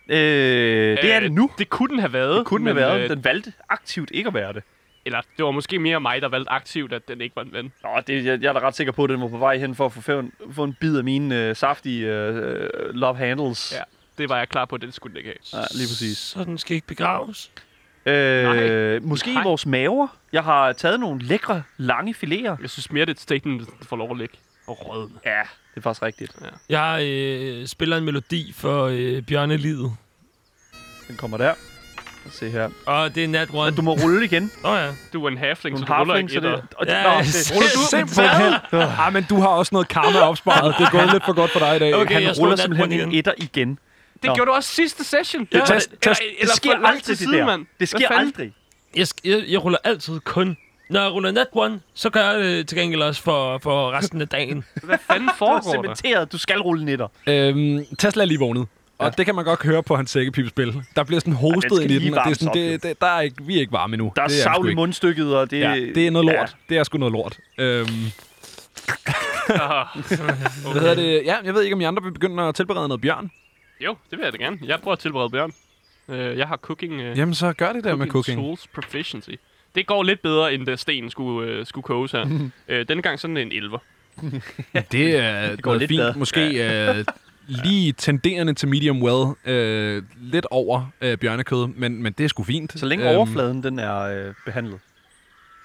S4: Øh, det er
S5: Øh,
S4: det nu.
S5: Det kunne den have været.
S4: Det kunne det
S5: men,
S4: have
S5: øh,
S4: været. Den valgte aktivt ikke at være det.
S5: Eller det var måske mere mig, der valgte aktivt, at den ikke var en ven.
S4: Nå, det, jeg, jeg er da ret sikker på, at den var på vej hen for at få, fævn, få en bid af mine øh, saftige øh, love handles.
S5: Ja. Det var jeg klar på, at den skulle den ikke have.
S4: ja lige præcis.
S3: Så den skal ikke begraves.
S4: Øh, måske
S5: Nej.
S4: i vores maver. Jeg har taget nogle lækre, lange filéer.
S5: Jeg synes mere, det er et statement, der får lov at ligge og rådne.
S4: Ja, det er faktisk rigtigt.
S3: Jeg øh, spiller en melodi for øh, bjørnelivet.
S4: Den kommer der. Lad os se her.
S3: Og det er Nat One.
S4: Men du må rulle
S5: (laughs)
S4: igen.
S3: Nå ja.
S5: Du er en halfling,
S4: Nogle
S5: så du ruller
S4: harfling,
S5: ikke
S4: så det...
S5: etter.
S4: Og,
S3: Ja,
S4: nå,
S3: ja,
S4: det
S3: ruller du?
S2: Simpelthen! Ej, men du har også noget karma opsparet. Det er gået lidt for godt for dig i dag.
S3: Okay,
S4: han
S3: jeg slår
S4: ruller
S3: nat
S4: simpelthen
S3: igen.
S4: en etter igen.
S5: Det
S4: Nå.
S5: gjorde du også sidste session.
S2: Ja, test- test-
S4: det sker aldrig, det der. (laughs) Det sker aldrig.
S3: Jeg, sk- jeg, jeg ruller altid kun. Når jeg ruller Nat One, så gør jeg det til gengæld også for, for resten af dagen.
S5: Hvad fanden
S4: Du
S5: foregår der?
S4: cementeret, du skal rulle en etter.
S2: Øhm, Tesla er lige vågnet. Og det kan man godt høre på hans sækkepipespil. Der bliver sådan hostet
S4: skal
S2: ind i
S4: lige
S2: den, og det er
S4: varmes
S2: sådan,
S4: op,
S2: det, det, der er ikke, vi er ikke varme endnu.
S4: Der er
S2: det vi sgu
S4: savl i
S2: ikke.
S4: mundstykket, og det,
S2: Ja, det er noget lort. Ja. Det er sgu noget lort. Øhm, (laughs) Hvad hedder det? Ja, jeg ved ikke, om I andre vil begynde at tilberede noget bjørn.
S5: Jo, det vil jeg da gerne. Jeg prøver at tilberede Bjørn. Øh, jeg har cooking, øh,
S2: Jamen, så gør det der med cooking.
S5: tools proficiency. Det går lidt bedre, end da stenen skulle, øh, skulle koges her. øh, denne gang sådan en elver.
S2: Det
S4: (laughs)
S2: er det
S4: går
S2: går
S4: lidt
S2: fint.
S4: bedre.
S2: Måske øh, lige tenderende til medium well. Øh, lidt over øh, bjørnekød, men, men det er sgu fint.
S4: Så længe
S2: Øhm,
S4: overfladen den er øh, behandlet.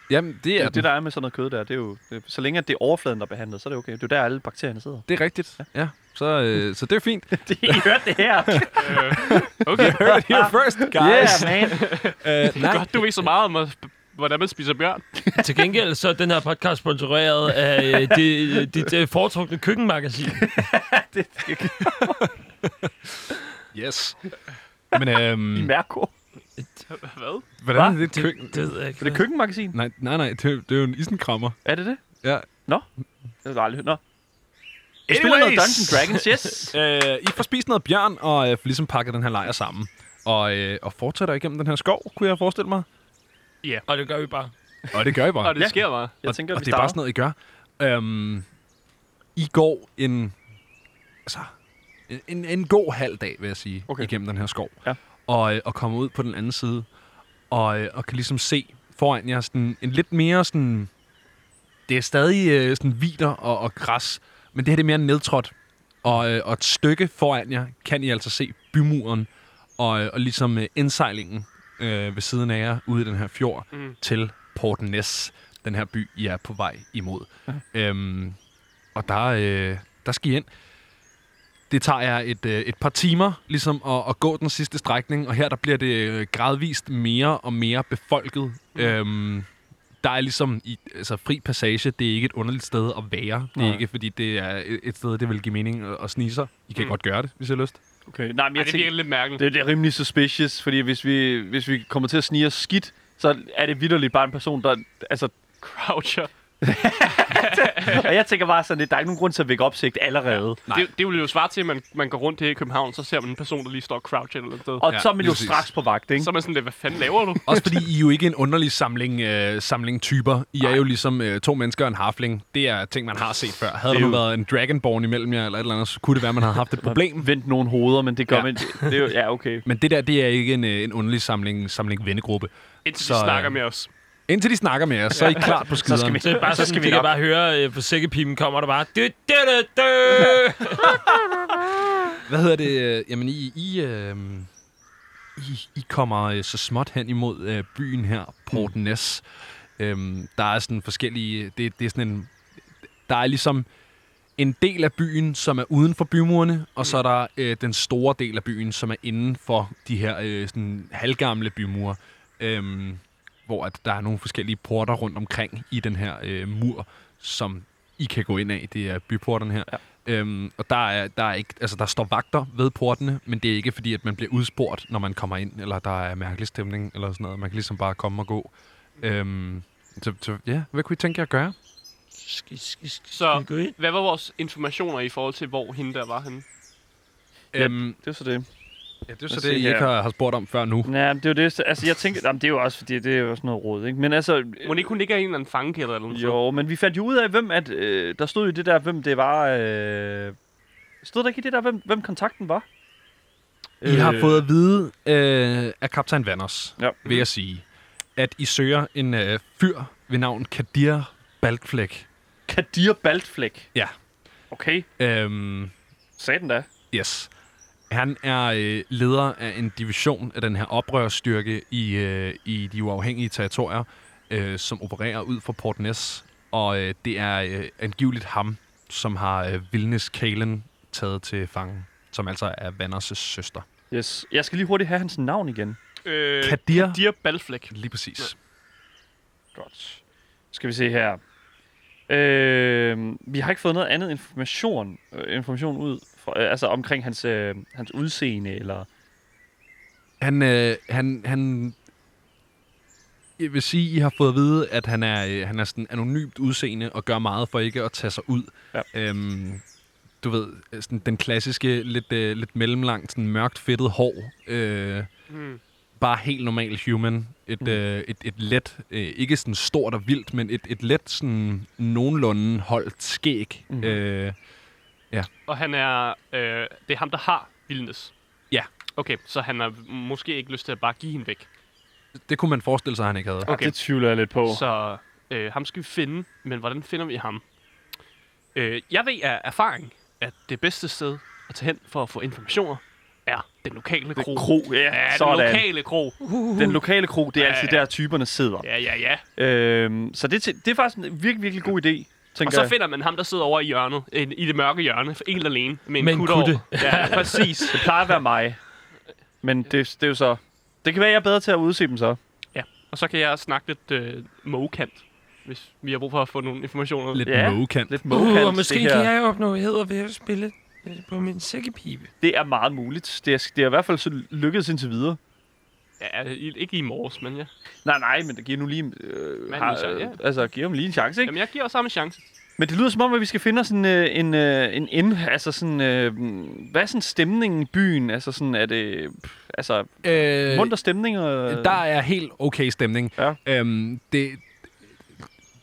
S2: Jamen, det
S4: Det,
S2: er
S4: er
S2: det,
S4: det, der er med sådan noget kød der, det er jo... Det, så længe at det er overfladen, der er behandlet, så er det okay. Det er jo der, alle bakterierne (laughs) sidder.
S2: det er rigtigt. Ja, så, øh, så det er fint.
S4: Det, I hørte det (laughs) her.
S5: Okay,
S2: Heard it here first, guys.
S4: yeah, man.
S2: Yeah. Øh, nej,
S5: godt, du ved så meget om, at- hvordan man spiser bjørn.
S3: Til gengæld så er den her podcast sponsoreret af øh, det, det, det foretrukne køkkenmagasin.
S2: yes. Men
S4: I
S2: øhm,
S4: Mærko.
S5: Hvad?
S2: hvordan er
S4: Hva?
S2: det et køkken?
S3: Det, det ved jeg ikke.
S4: Er det køkkenmagasin?
S2: Nej, nej, nej, det, er- det er jo en isenkrammer.
S4: Er det det?
S2: Ja,
S4: Det har jeg aldrig hørt. Nå. Jeg spiller noget Dungeons Dragons,
S2: (laughs)
S4: yes.
S2: Øh, I får spist noget bjørn, og øh, får ligesom pakket den her lejr sammen. Og, øh, og fortsætter igennem den her skov, kunne jeg forestille mig.
S3: Og det gør vi bare.
S2: Og det gør I bare.
S5: Og det
S4: Ja.
S5: sker bare.
S4: Jeg tænker,
S2: og,
S4: vi
S2: og det er bare
S4: starter.
S2: sådan noget, I gør. Øhm, I går en, altså, en- en, en god halv dag, vil jeg sige, okay.
S4: Okay.
S2: igennem den her skov.
S4: Ja.
S2: Og, øh, og kommer ud på den anden side, og, øh, og kan ligesom se foran jer sådan, en lidt mere sådan... Det er stadig øh, sådan vider og, og græs, men det her det er mere nedtrådt. Og, øh, og et stykke foran jer kan I altså se bymuren og, øh, og ligesom øh, indsejlingen øh, ved siden af jer ude i den her fjord mm. til Port Ness, den her by, I er på vej imod. Øhm, og der, øh, der skal I ind. Det tager jer et, øh, et par timer ligesom at, at gå den sidste strækning, og her der bliver det øh, gradvist mere og mere befolket. Mm. Øhm, der er ligesom i, altså, fri passage, det er ikke et underligt sted at være. Det er
S4: Nej.
S2: ikke, fordi det er et- et sted, det vil give mening at, at snige sig. I kan
S5: Mm.
S2: mm. godt gøre det, hvis I har lyst.
S4: Okay, nej, men
S5: Ej,
S4: jeg
S5: det
S4: tænker,
S5: virker lidt mærkeligt.
S4: det, det er rimelig suspicious, fordi hvis vi, hvis vi kommer til at snige os skidt, så er det vidderligt bare en person, der... Altså,
S5: Croucher.
S4: og jeg tænker bare sådan lidt, der er ikke nogen grund til at vække opsigt allerede.
S5: Det, det ville jo svare til, at man, man går rundt her i København, så ser man en person, der lige står og croucher et eller andet sted.
S4: Og
S2: Ja,
S4: ja, så er man
S2: lige
S4: jo
S2: præcis.
S4: straks på vagt, ikke?
S5: Så er man sådan lidt, hvad fanden laver du?
S2: Også fordi I er jo ikke en underlig samling, øh, samling typer. I er jo ligesom øh, to mennesker og en halfling. Det er ting, man har set før. Havde der
S4: Det er
S2: nu
S4: jo-
S2: været en dragonborn imellem jer, eller et eller andet, så kunne det være, man havde haft et problem.
S4: Vent nogle hoveder, men det gør
S2: Ja.
S4: ja. man... Det, det er jo, ja, okay.
S2: Men det der, det er ikke en, øh, en underlig samling, samling vennegruppe.
S5: Indtil
S2: Så,
S5: de
S2: øh,
S5: snakker med os.
S2: Indtil de snakker med jer, så er I klar på skideren.
S4: skal vi-
S3: Det er (laughs)
S4: (laughs)
S3: bare
S4: Så
S3: sådan,
S4: skal vi
S3: vi kan
S4: nok.
S3: bare høre, øh, på sækkepipen kommer der bare... Dø, dø, dø, dø.
S2: Hvad hedder det? øh, Jamen, I, I, øh, I, I kommer øh, så småt hen imod øh, byen her, Port Ness. Øhm, der er sådan forskellige... Det, det er sådan en... Der er ligesom en del af byen, som er uden for bymurene, og så er der øh, den store del af byen, som er inden for de her øh, sådan halvgamle bymure. Øhm, hvor at der er nogle forskellige porter rundt omkring i den her øh, mur, som I kan gå ind af. Det er byporterne her. Ja. Øhm, og der er, der er ikke, altså der står vagter ved portene, men det er ikke fordi, at man bliver udspurgt, når man kommer ind, eller der er mærkelig stemning, eller sådan noget. Man kan ligesom bare komme og gå. Øhm, så, så, ja, hvad kunne I tænke jer at gøre?
S3: Skal, skal, skal,
S5: Så-
S3: skal vi gå ind?
S5: Hvad var vores informationer i forhold til, hvor hende der var henne?
S4: Ja.
S2: Øhm,
S4: Det er så det.
S2: ja, det er
S4: Lad os
S2: så
S4: se
S2: det, I
S4: her.
S2: ikke har, har spurgt om før nu.
S4: Ja, men det er jo det. Altså, jeg tænker... Jamen, det er jo også, fordi det er jo sådan noget råd, ikke? Men altså...
S5: Må det ikke hun ligger i en eller anden fangekælder eller noget?
S4: Jo, men vi fandt jo ud af, hvem at... Øh, der stod jo det der, hvem det var... Øh, stod der ikke i det der, hvem, hvem kontakten var?
S2: I har fået at vide øh, af kaptajn Vanders, ja.
S4: Ja.
S2: vil jeg sige, at I søger en øh, fyr ved navn Kadir Balkflæk.
S4: Kadir Baltflæk.
S2: Ja.
S4: Okay,
S2: Øhm,
S4: sagde den da.
S2: yes. Han er øh, leder af en division af den her oprørsstyrke i, øh, i de uafhængige territorier, øh, som opererer ud fra Port Ness. Og øh, det er øh, angiveligt ham, som har øh, Vilnes Kalen taget til fange, som altså er Vanders' søster.
S4: Yes. Jeg skal lige hurtigt have hans navn igen.
S5: Øh,
S2: Kadir,
S5: Dear Balflæk.
S2: lige præcis.
S4: Godt. Skal vi se her. Øh, vi har ikke fået noget andet information, øh, information ud fra, øh, altså omkring hans, øh, hans udseende, eller...
S2: Han, øh, han, han... Jeg vil sige, I har fået at vide, at han er, øh, han er sådan anonymt udseende og gør meget for ikke at tage sig ud.
S4: Ja.
S2: Øhm, du ved, øh, sådan den klassiske, lidt, øh, lidt mellemlangt, sådan mørkt fedtet hår. Øh,
S5: Hmm.
S2: bare helt normal human. Et,
S4: Hmm.
S2: mm. øh, et, et let, øh, ikke sådan stort og vildt, men et, et let, sådan nogenlunde holdt skæg. Mm.
S4: Mhm.
S2: Øh,
S5: Og han er... Øh, det er ham, der har vildnes.
S2: Ja.
S5: Okay, så han har måske ikke lyst til at bare give hende væk.
S2: det kunne man forestille sig, at han ikke havde.
S5: Okay.
S4: Det tvivler jeg lidt på. Så.
S5: Så øh, ham skal vi finde, men hvordan finder vi ham? Øh, jeg ved af erfaring, at det bedste sted at tage hen for at få informationer, er den lokale kro.
S4: Kro, ja,
S5: Ja,
S4: ja
S5: den
S4: sådan. Den lokale.
S5: lokale kro.
S4: den lokale kro, det er
S5: Ja,
S4: altid
S5: ja.
S4: der, typerne sidder.
S5: Ja, ja, ja.
S4: Øhm, så det, er til- det er faktisk en virkelig, virkelig god idé,
S5: Og
S4: tænker
S5: så
S4: jeg.
S5: finder man ham, der sidder over i hjørnet, en, i det mørke hjørne, for en alene, med en,
S3: Med en
S5: kutte,
S3: kutte.
S5: over. Ja, præcis.
S4: Det plejer at være mig. Men det, det er jo så... Det kan være, jeg er bedre til at udse dem så.
S5: Og så kan jeg snakke lidt øh, mågekant, hvis vi har brug for at få nogle informationer.
S2: Lidt
S4: Ja.
S2: yeah. mågekant.
S4: Lidt
S3: Uh,
S4: måkant,
S3: og
S4: uh,
S3: måske
S4: det her.
S3: kan jeg opnå heder ved at spille øh, på min sækkepipe.
S4: Det er meget muligt. Det er, det er i hvert fald så lykkedes indtil videre.
S5: Ja, i- ikke i morges, men ja.
S4: Nej, nej, men det giver nu lige... Øh,
S5: Manden,
S4: har,
S5: så- ja.
S4: øh, altså, giver dem lige en chance, ikke?
S5: Jamen, jeg giver os ham en chance.
S4: Men det lyder som om, at vi skal finde sådan øh, en, øh, en ind, altså sådan, øh, hvad er sådan stemningen i byen? Altså sådan, er det, pff, altså,
S2: Øh,
S4: munter stemning? Og,
S2: Der er helt okay stemning.
S4: Ja.
S2: Øhm, det,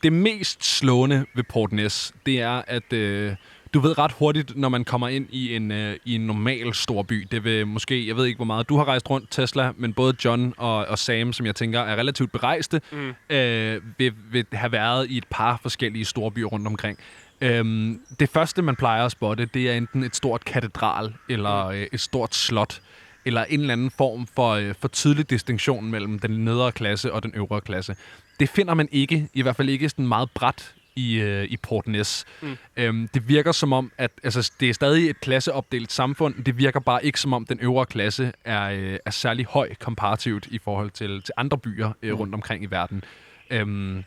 S2: det mest slående ved Port Ness, det er, at øh, du ved ret hurtigt, når man kommer ind i en, øh, i en normal stor by. Det vil måske, jeg ved ikke hvor meget, du har rejst rundt, Tesla, men både John og, og Sam, som jeg tænker er relativt berejste, mm. øh, vil, vil have været i et par forskellige store byer rundt omkring. Øhm, det første, man plejer at spotte, det er enten et stort katedral eller øh, et stort slot eller en eller anden form for, øh, for tydelig distinktion mellem den nedre klasse og den øvre klasse. Det finder man ikke, i hvert fald ikke sådan meget bræt i, øh, i Port Ness. Mm. Øhm, det virker som om, at altså, det er stadig et klasseopdelt samfund, det virker bare ikke som om, den øvre klasse er, øh, er særlig høj komparativt i forhold til, til andre byer øh, rundt omkring i verden. Øhm,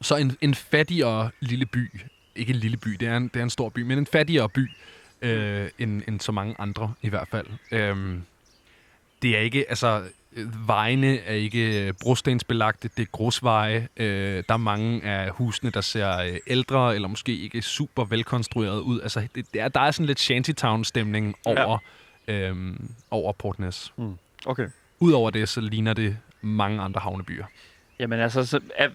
S2: så en, en fattigere lille by, ikke en lille by, det er en, det er en stor by, men en fattigere by, øh, end, end så mange andre i hvert fald. Øhm, det er ikke, altså, øh, vejene er ikke øh, brostensbelagte, det er grusveje. Øh, der er mange af husene, der ser øh, ældre eller måske ikke super velkonstrueret ud. Altså, det, det er, der er sådan lidt shantytown-stemning over, ja. øhm, over Port Ness.
S4: Okay.
S2: Udover det, så ligner det mange andre havnebyer.
S4: Jamen altså, så er,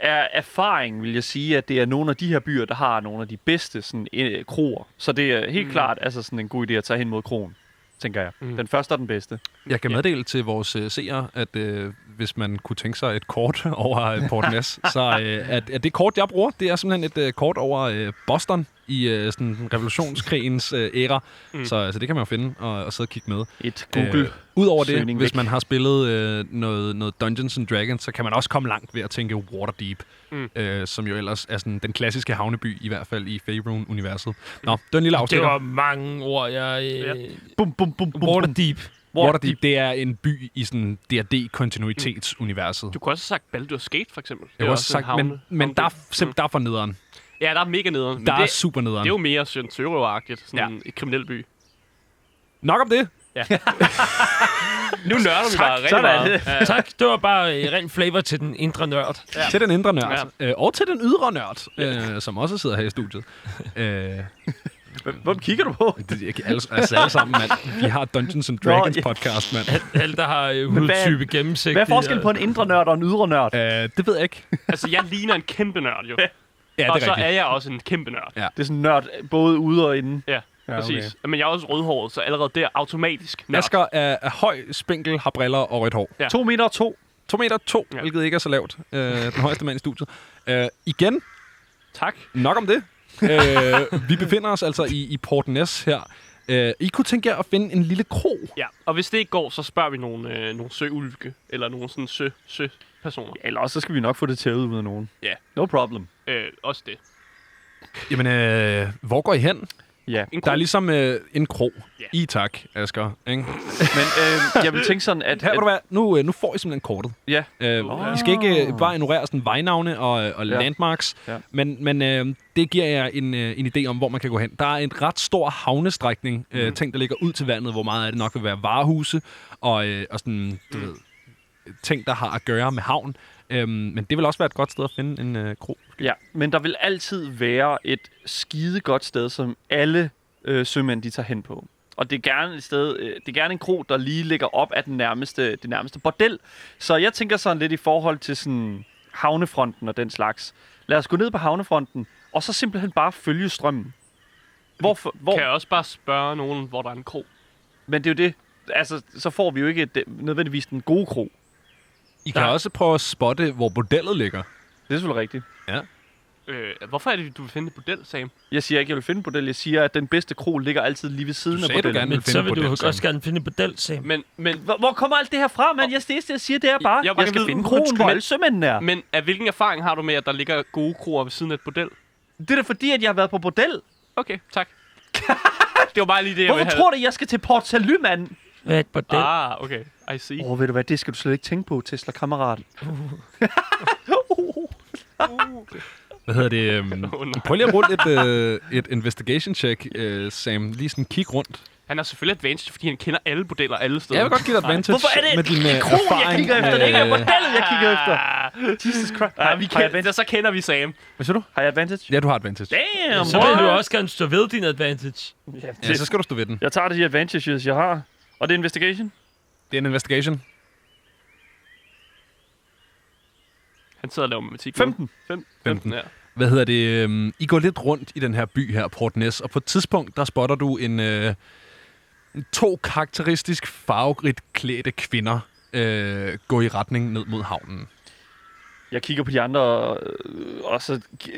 S4: er erfaring vil jeg sige, at det er nogle af de her byer, der har nogle af de bedste sådan, øh, kroer. Så det er helt mm. klart altså sådan en god idé at tage hen mod kroen, tænker jeg. Mm. Den første er den bedste.
S2: Jeg kan meddele til vores øh, seere, at øh, hvis man kunne tænke sig et kort (laughs) over øh, Port Ness, så øh, at, at det kort, jeg bruger, det er simpelthen et øh, kort over øh, Boston i øh, sådan revolutionskrigens øh, æra. Mm. Så altså, det kan man jo finde og, og sidde og kigge med.
S4: Et Google.
S2: Øh, Udover det,
S4: Søgning
S2: hvis
S4: væk.
S2: man har spillet øh, noget, noget Dungeons and Dragons, så kan man også komme langt ved at tænke Waterdeep, mm. øh, som jo ellers er sådan den klassiske havneby, i hvert fald i Faerun-universet. Nå, det var en lille
S3: Det
S2: afstikker.
S3: var mange ord, jeg... Øh,
S4: Bum, bum, bum, bum, bum.
S3: Waterdeep.
S2: Waterdeep, det er en by i sådan D&D-kontinuitetsuniverset.
S5: Du kunne også have sagt Baldur's Gate, for eksempel. Det
S2: Jeg
S5: er
S2: har også
S5: en
S2: sagt,
S5: havne-
S2: men, men
S5: havneby.
S2: der, er simpelthen, der er for nederen.
S5: Ja, der er mega nederen. men
S2: Der er
S5: det,
S2: super
S5: det
S2: nederen.
S5: er jo mere Søren Tørøv-agtigt. Sådan ja. et kriminel by.
S2: Nok om det.
S5: Nu nørder vi bare rigtig meget.
S3: Ja. (laughs) Tak, det var bare øh, ren flavor til den indre nørd.
S2: Ja. Til den indre nørd. Ja. Øh, og til den ydre nørd, øh, som også sidder her i studiet. Øh,
S4: Hvem kigger du på?
S2: det, jeg, alle, altså alle sammen, mand. Vi har Dungeons and Dragons
S4: Nå, ja.
S2: podcast, mand.
S3: Alt, der har øh,
S4: hvad-
S3: hudtype øh, gennemsigt.
S4: Hvad er forskellen på en indre nørd og en ydre nørd?
S2: Øh, det ved jeg ikke.
S5: Altså, jeg ligner en kæmpe nørd, jo.
S2: Ja, det
S5: og
S2: er
S5: så
S2: rigtigt.
S5: er jeg også en kæmpe nørd.
S2: Ja.
S4: Det er sådan nørd både ude og inde.
S5: Ja, ja præcis. Okay. Men jeg er også rødhåret, så allerede der automatisk nørd.
S2: Asger er, er høj, spinkel, har briller og rødt hår.
S5: Ja.
S4: To meter og to.
S2: 2 meter 2, ja.
S5: Ja.
S2: hvilket ikke er så lavt. Øh, den højeste mand i studiet. Øh, igen,
S5: Tak.
S2: nok om (laughs) det. øh, vi befinder os altså i, i Port Ness her. Øh, I kunne tænke jer at finde en lille krog.
S5: Ja, og hvis det ikke går, så spørger vi nogle, øh, nogle søulke, eller nogle sådan sø, søpersoner.
S4: Eller også så skal vi nok få det tævet ud af nogen.
S5: Ja.
S4: No problem.
S5: Øh, også det.
S2: Jamen, øh, hvor går I hen?
S4: Ja.
S5: En
S2: Der er
S5: krog.
S2: ligesom øh, en krog.
S5: Ja.
S2: I tak, Asger. Ikke?
S4: Men øh,
S2: (laughs)
S4: jeg vil tænke sådan, at...
S2: Her, ved
S4: at
S2: du hvad? Nu, øh, nu får I simpelthen kortet.
S4: ja.
S2: Øh, I skal ikke øh, bare ignorere sådan vejnavne og, øh, og
S4: Ja.
S2: landmarks,
S4: Ja.
S2: men, men øh, det giver jer en, øh, en idé om, hvor man kan gå hen. Der er en ret stor havnestrækning, øh,
S4: Mhm.
S2: ting, der ligger ud til vandet, hvor meget af det nok vil være varehuse og, øh, og sådan,
S4: Mm.
S2: du ved, ting, der har at gøre med havn. Øhm, men det vil også være et godt sted at finde en øh, krog.
S4: ja. Men der vil altid være et skide godt sted, som alle øh, sømænd, de tager hen på. Og det er gerne et sted, øh, det er gerne en krog, der lige ligger op af den nærmeste, det nærmeste bordel. Så jeg tænker sådan lidt i forhold til sådan havnefronten og den slags. Lad os gå ned på havnefronten, og så simpelthen bare følge strømmen. Hvor, hvor,
S5: Kan jeg også bare spørge nogen, hvor der er en krog?
S4: Men det er jo det. Altså, så får vi jo ikke det, nødvendigvis den gode krog.
S2: I kan også prøve at spotte, hvor bordellet ligger.
S4: Det er selvfølgelig rigtigt.
S5: Øh, hvorfor er det, du vil finde et bordel, Sam?
S4: Jeg siger ikke, jeg vil finde bordel. Jeg siger, at den bedste krog ligger altid lige ved siden af
S2: sagde, du
S4: bordellen.
S2: gerne
S3: Men
S2: finde
S3: så vil
S2: på
S3: du
S2: den
S3: jo
S2: sammen.
S3: også gerne finde på del, Sam.
S5: Men, men,
S4: Hvor, hvor kommer alt det her fra, mand? Jeg, det eneste, jeg siger, det er bare, jeg,
S5: vil
S4: jeg,
S5: gerne
S4: skal
S5: vide,
S4: finde
S5: hvor-
S4: krogen, hvor
S5: men-
S4: alle sømændene er.
S5: men af hvilken erfaring har du med, at der ligger gode kroer ved siden af et bordel?
S4: Det er da fordi, at jeg har været på bordel.
S5: Okay, tak. (laughs) det var bare lige det, jeg
S4: Hvorfor
S5: ville
S4: tror du, jeg skal til Port Salut, mand?
S3: Hvad er et bordel? Ah.
S5: Ah, okay. I see.
S4: Åh, oh, ved du hvad, det skal du slet ikke tænke på, Tesla kammerat.
S2: Hvad hedder det?
S4: (laughs)
S2: Øhm,
S5: Åh, nej.
S2: prøv lige at rulle et, øh, et investigation check, øh, Sam. Lige sådan kig rundt.
S5: Han har selvfølgelig advantage, fordi han kender alle bordeller alle steder.
S2: Jeg vil godt give dig advantage
S4: Hvorfor er det
S2: med din øh,
S4: Krogen, jeg
S2: erfaring.
S4: kigger efter, det er ikke
S2: øh,
S4: bordellet, jeg kigger efter.
S5: Ah,
S4: Jesus Christ.
S5: nej,
S4: Har,
S5: vi
S4: har, jeg
S5: kender,
S4: advantage?
S5: så kender vi Sam.
S2: Hvad siger du?
S4: har jeg advantage?
S2: Ja, du har advantage.
S4: Damn,
S3: Så vil du også gerne stå ved din advantage.
S2: Ja, så skal du stå ved den.
S4: Jeg tager de advantages, jeg har. Og det er investigation?
S2: Det er en investigation.
S5: Han sidder og laver matematik. nu.
S4: 15.
S5: 15, ja.
S2: Hvad hedder det? øhm, I går lidt rundt i den her by her, Port Ness, og på et tidspunkt, der spotter du en øh, to karakteristisk farverigt klædte kvinder øh, gå i retning ned mod havnen.
S4: Jeg kigger på de andre, og, øh, og så gi-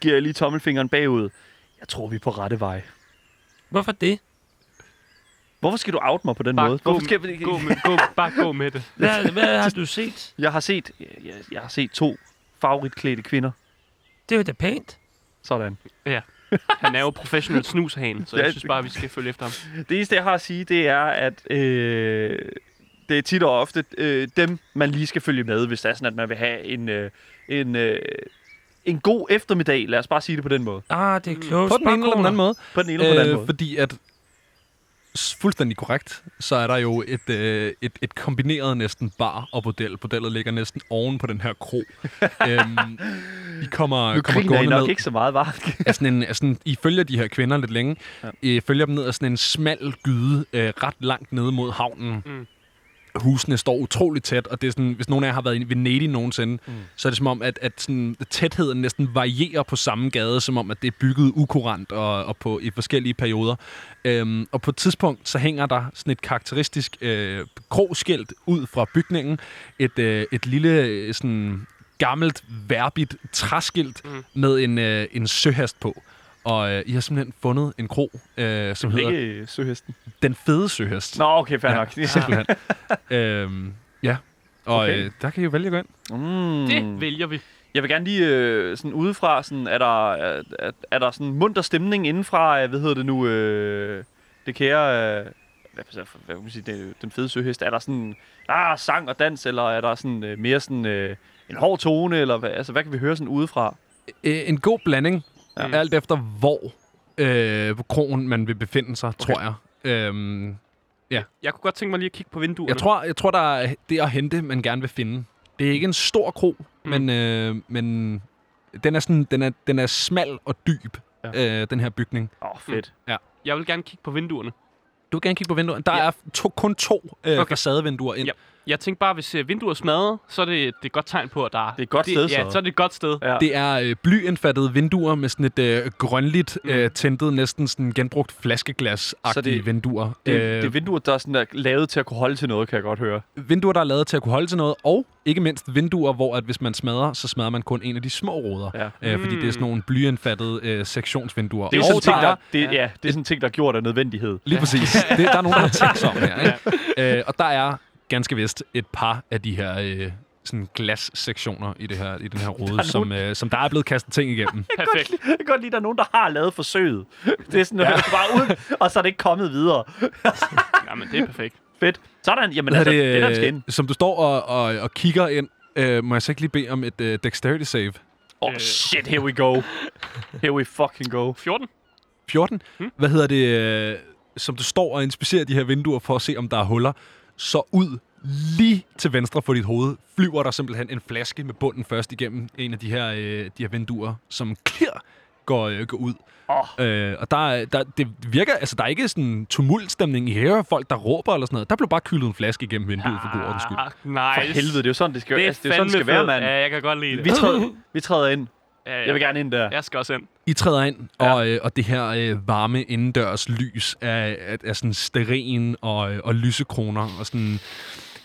S4: giver jeg lige tommelfingeren bagud. Jeg tror, vi er på rette vej.
S3: Hvorfor det?
S4: Hvorfor skal du out mig på den
S5: Bare
S4: måde?
S5: gå,
S4: Hvorfor skal
S5: med, gå, med, gå, bare gå med det.
S3: Hvad, hvad har du set?
S4: Jeg har set, jeg, jeg har set to favoritklædte kvinder.
S3: Det er jo da pænt.
S4: Sådan.
S5: Han er jo professionel snushane, så
S4: Ja,
S5: jeg synes bare, vi skal følge efter ham.
S4: Det eneste, jeg har at sige, det er, at øh, det er tit og ofte øh, dem, man lige skal følge med, hvis det er sådan, at man vil have en, øh, en, øh, en god eftermiddag, lad os bare sige det på den måde.
S3: Ah, det er klogt.
S2: På den ene eller den anden måde. øh,
S4: På den ene eller på den anden måde.
S2: Fordi at, s- fuldstændig korrekt, så er der jo et, øh, et, et kombineret næsten bar og bordel. Bordellet ligger næsten oven på den her
S4: (laughs)
S2: kro. øhm, I kommer, kommer
S4: Nu griner I nok
S2: ned.
S4: ikke så meget, var
S2: af sådan en, af sådan, I følger de her kvinder lidt længe. Ja. I følger dem ned ad sådan en smal gyde, øh, ret langt nede mod havnen.
S5: Mm.
S2: Mm. Husene står utroligt tæt, og det er sådan, hvis nogen af jer har været i Venedig nogensinde, mm. så er det som om, at, at sådan, tætheden næsten varierer på samme gade, som om, at det er bygget ukurant og, og på, i forskellige perioder. Øhm, og på et tidspunkt, så hænger der sådan et karakteristisk øh, krogskilt ud fra bygningen. Et, øh, et lille øh, sådan, gammelt, værbigt træskilt mm. med en, øh, en søhast på. Og øh, I har simpelthen fundet en krog, øh, som hedder
S4: Ikke søhesten.
S2: Den Fede Søhest.
S4: Nå, okay, fair
S2: (laughs) Ja,
S4: nok.
S2: Simpelthen. øhm, ja, og
S4: Okay.
S2: okay. øh, der kan I jo vælge at gå ind.
S4: Mm.
S5: Det vælger vi.
S4: Jeg vil gerne lige øh, sådan udefra, sådan, er, der, er, er- er der sådan munter stemning indenfra, øh, hvad hedder det nu, øh, det kære, øh, hvad, hvad, hvad kan man sige, det, den fede søhest, er der sådan, ah, sang og dans, eller er der sådan øh, mere sådan øh, en hård tone, eller hvad, altså, hvad kan vi høre sådan udefra?
S2: Øh, en god blanding,
S5: Ja.
S2: ja. alt efter hvor øh, på krogen man vil befinde sig, okay. tror jeg. Øhm,
S5: Jeg kunne godt tænke mig lige at kigge på vinduerne.
S2: jeg tror, jeg tror der er det at hente, man gerne vil finde. Det er ikke en stor krog,
S5: Mm.
S2: mm. men, øh, men den er sådan, den er, den er smal og dyb, ja. øh, den her bygning.
S4: Åh, oh, fedt.
S5: jeg vil gerne kigge på vinduerne.
S2: Du kan gerne kigge på vinduerne. Der
S5: Ja.
S2: ja. er to, kun to øh,
S5: Okay.
S2: okay. facadevinduer ind.
S5: Ja. Jeg tænkte bare, hvis øh, vinduer er smadret, så er det, det er et godt tegn på, at der
S4: Det er et godt sted,
S5: det, Ja,
S4: så.
S5: så er det et godt sted.
S4: Ja.
S2: Det er øh, blyindfattede vinduer med sådan et øh, grønligt
S5: Mm.
S2: øh, tændet, næsten sådan genbrugt
S4: Så
S2: flaskeglas-agtige
S4: det-
S2: vinduer.
S4: Det,
S2: Øh,
S4: det er vinduer, der er sådan er lavet til at kunne holde til noget, kan jeg godt høre.
S2: vinduer, der er lavet til at kunne holde til noget, og ikke mindst vinduer, hvor at hvis man smadrer, så smadrer man kun en af de små ruder.
S4: Ja.
S2: Øh, fordi det er sådan nogle blyindfattede øh, sektionsvinduer.
S4: Det er,
S2: Og
S4: sådan, ting,
S2: der
S4: der, det, ja. ja, det er sådan ting, der er gjort af nødvendighed.
S2: Lige præcis.
S4: (laughs)
S2: Det, der er nogen, der har tænkt sig om her. Ikke? Øh, og der er ganske vist et par af de her øh, sådan glassektioner i, det her, i den her rode, som, øh, som der er blevet kastet ting igennem.
S5: Perfekt.
S4: Jeg kan godt lide, at der er nogen, der har lavet forsøget. Det er sådan, ja. (laughs) bare ud, og så er det ikke kommet videre.
S5: Jamen, det er perfekt.
S4: Fedt. Sådan, jamen
S2: Hvad
S4: altså, det, det er
S2: hedder
S4: der
S2: det,
S4: skal
S2: øh,
S4: ind.
S2: som du står og, og, og kigger ind, øh, må jeg så ikke lige bede om et øh, dexterity save?
S4: Åh, oh, shit, here we go. Here we fucking go.
S5: 14?
S2: 14. Hmm? Hvad hedder det, øh, som du står og inspicerer de her vinduer for at se, om der er huller, så ud lige til venstre for dit hoved flyver der simpelthen en flaske med bunden først igennem en af de her, øh, de her vinduer, som klir går, øh, går ud.
S4: Åh.
S2: Øh, og der, er- der, det virker, altså der er ikke sådan tumultstemning i her, folk der råber eller sådan noget. Der blev bare kyldet en flaske igennem vinduet for god ordens skyld.
S5: Ah, nice.
S4: For helvede, det er jo sådan, det skal,
S5: Det er,
S4: altså, det er sådan, det skal være, mand.
S5: Ja, jeg kan godt lide det.
S4: Vi træder, vi træder ind.
S5: ja, ja.
S4: Jeg vil gerne ind der.
S5: Jeg skal også ind.
S2: I træder ind, ja. og, øh, og det her øh, varme indendørs lys af, af, af sådan sterin og, øh, og lysekroner og sådan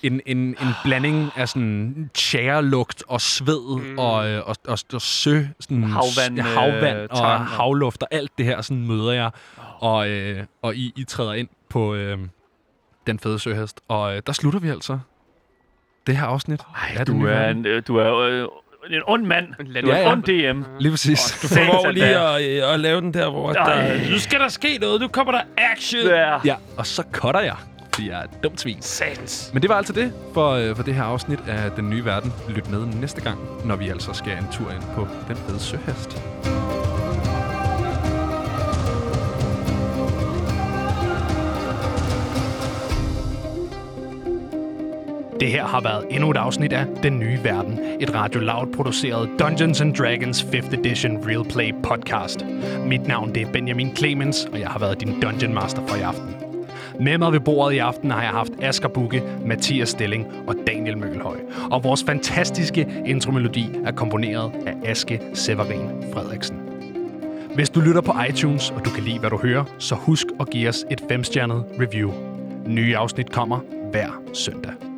S2: en, en, en blanding af sådan tjærelugt og sved mm. og, øh, og, og, og sø, sådan
S4: Havvand,
S2: s- havvand
S4: øh,
S2: og
S4: tang og-
S2: havluft og alt det her sådan møder jeg, og, øh, og I, I træder ind på øh, den fede søhest, og øh, der slutter vi altså det her afsnit. Ej, af Den
S4: Du
S2: Nye
S4: er
S2: Verden.
S4: en, øh, du er øh, en ond mand.
S5: (laughs) En
S4: Du er
S2: Ja,
S4: en
S2: ja.
S4: ond DM.
S2: Lige præcis.
S3: Du formår lige at, øh, at lave den der, hvor
S4: Ej.
S3: der, nu skal der ske noget. Nu kommer der action.
S4: Ja.
S2: Ja, og så cutter jeg, fordi jeg er et dumt svin.
S3: Satans.
S2: Men det var altså det for, øh, for det her afsnit af Den Nye Verden. Lyt med næste gang, når vi altså skal en tur ind på Den Fede Søhest.
S1: Det her har været endnu et afsnit af Den Nye Verden, et Radio Loud produceret Dungeons and Dragons 5th Edition Real Play podcast. Mit navn det er Benjamin Clemens, og jeg har været din Dungeon Master for i aften. Med mig ved bordet i aften har jeg haft Asger Bukke, Mathias Stilling og Daniel Møgelhøj. Og vores fantastiske intromelodi er komponeret af Aske Severin Frederiksen. Hvis du lytter på iTunes, og du kan lide, hvad du hører, så husk at give os et femstjernet review. Nye afsnit kommer hver søndag.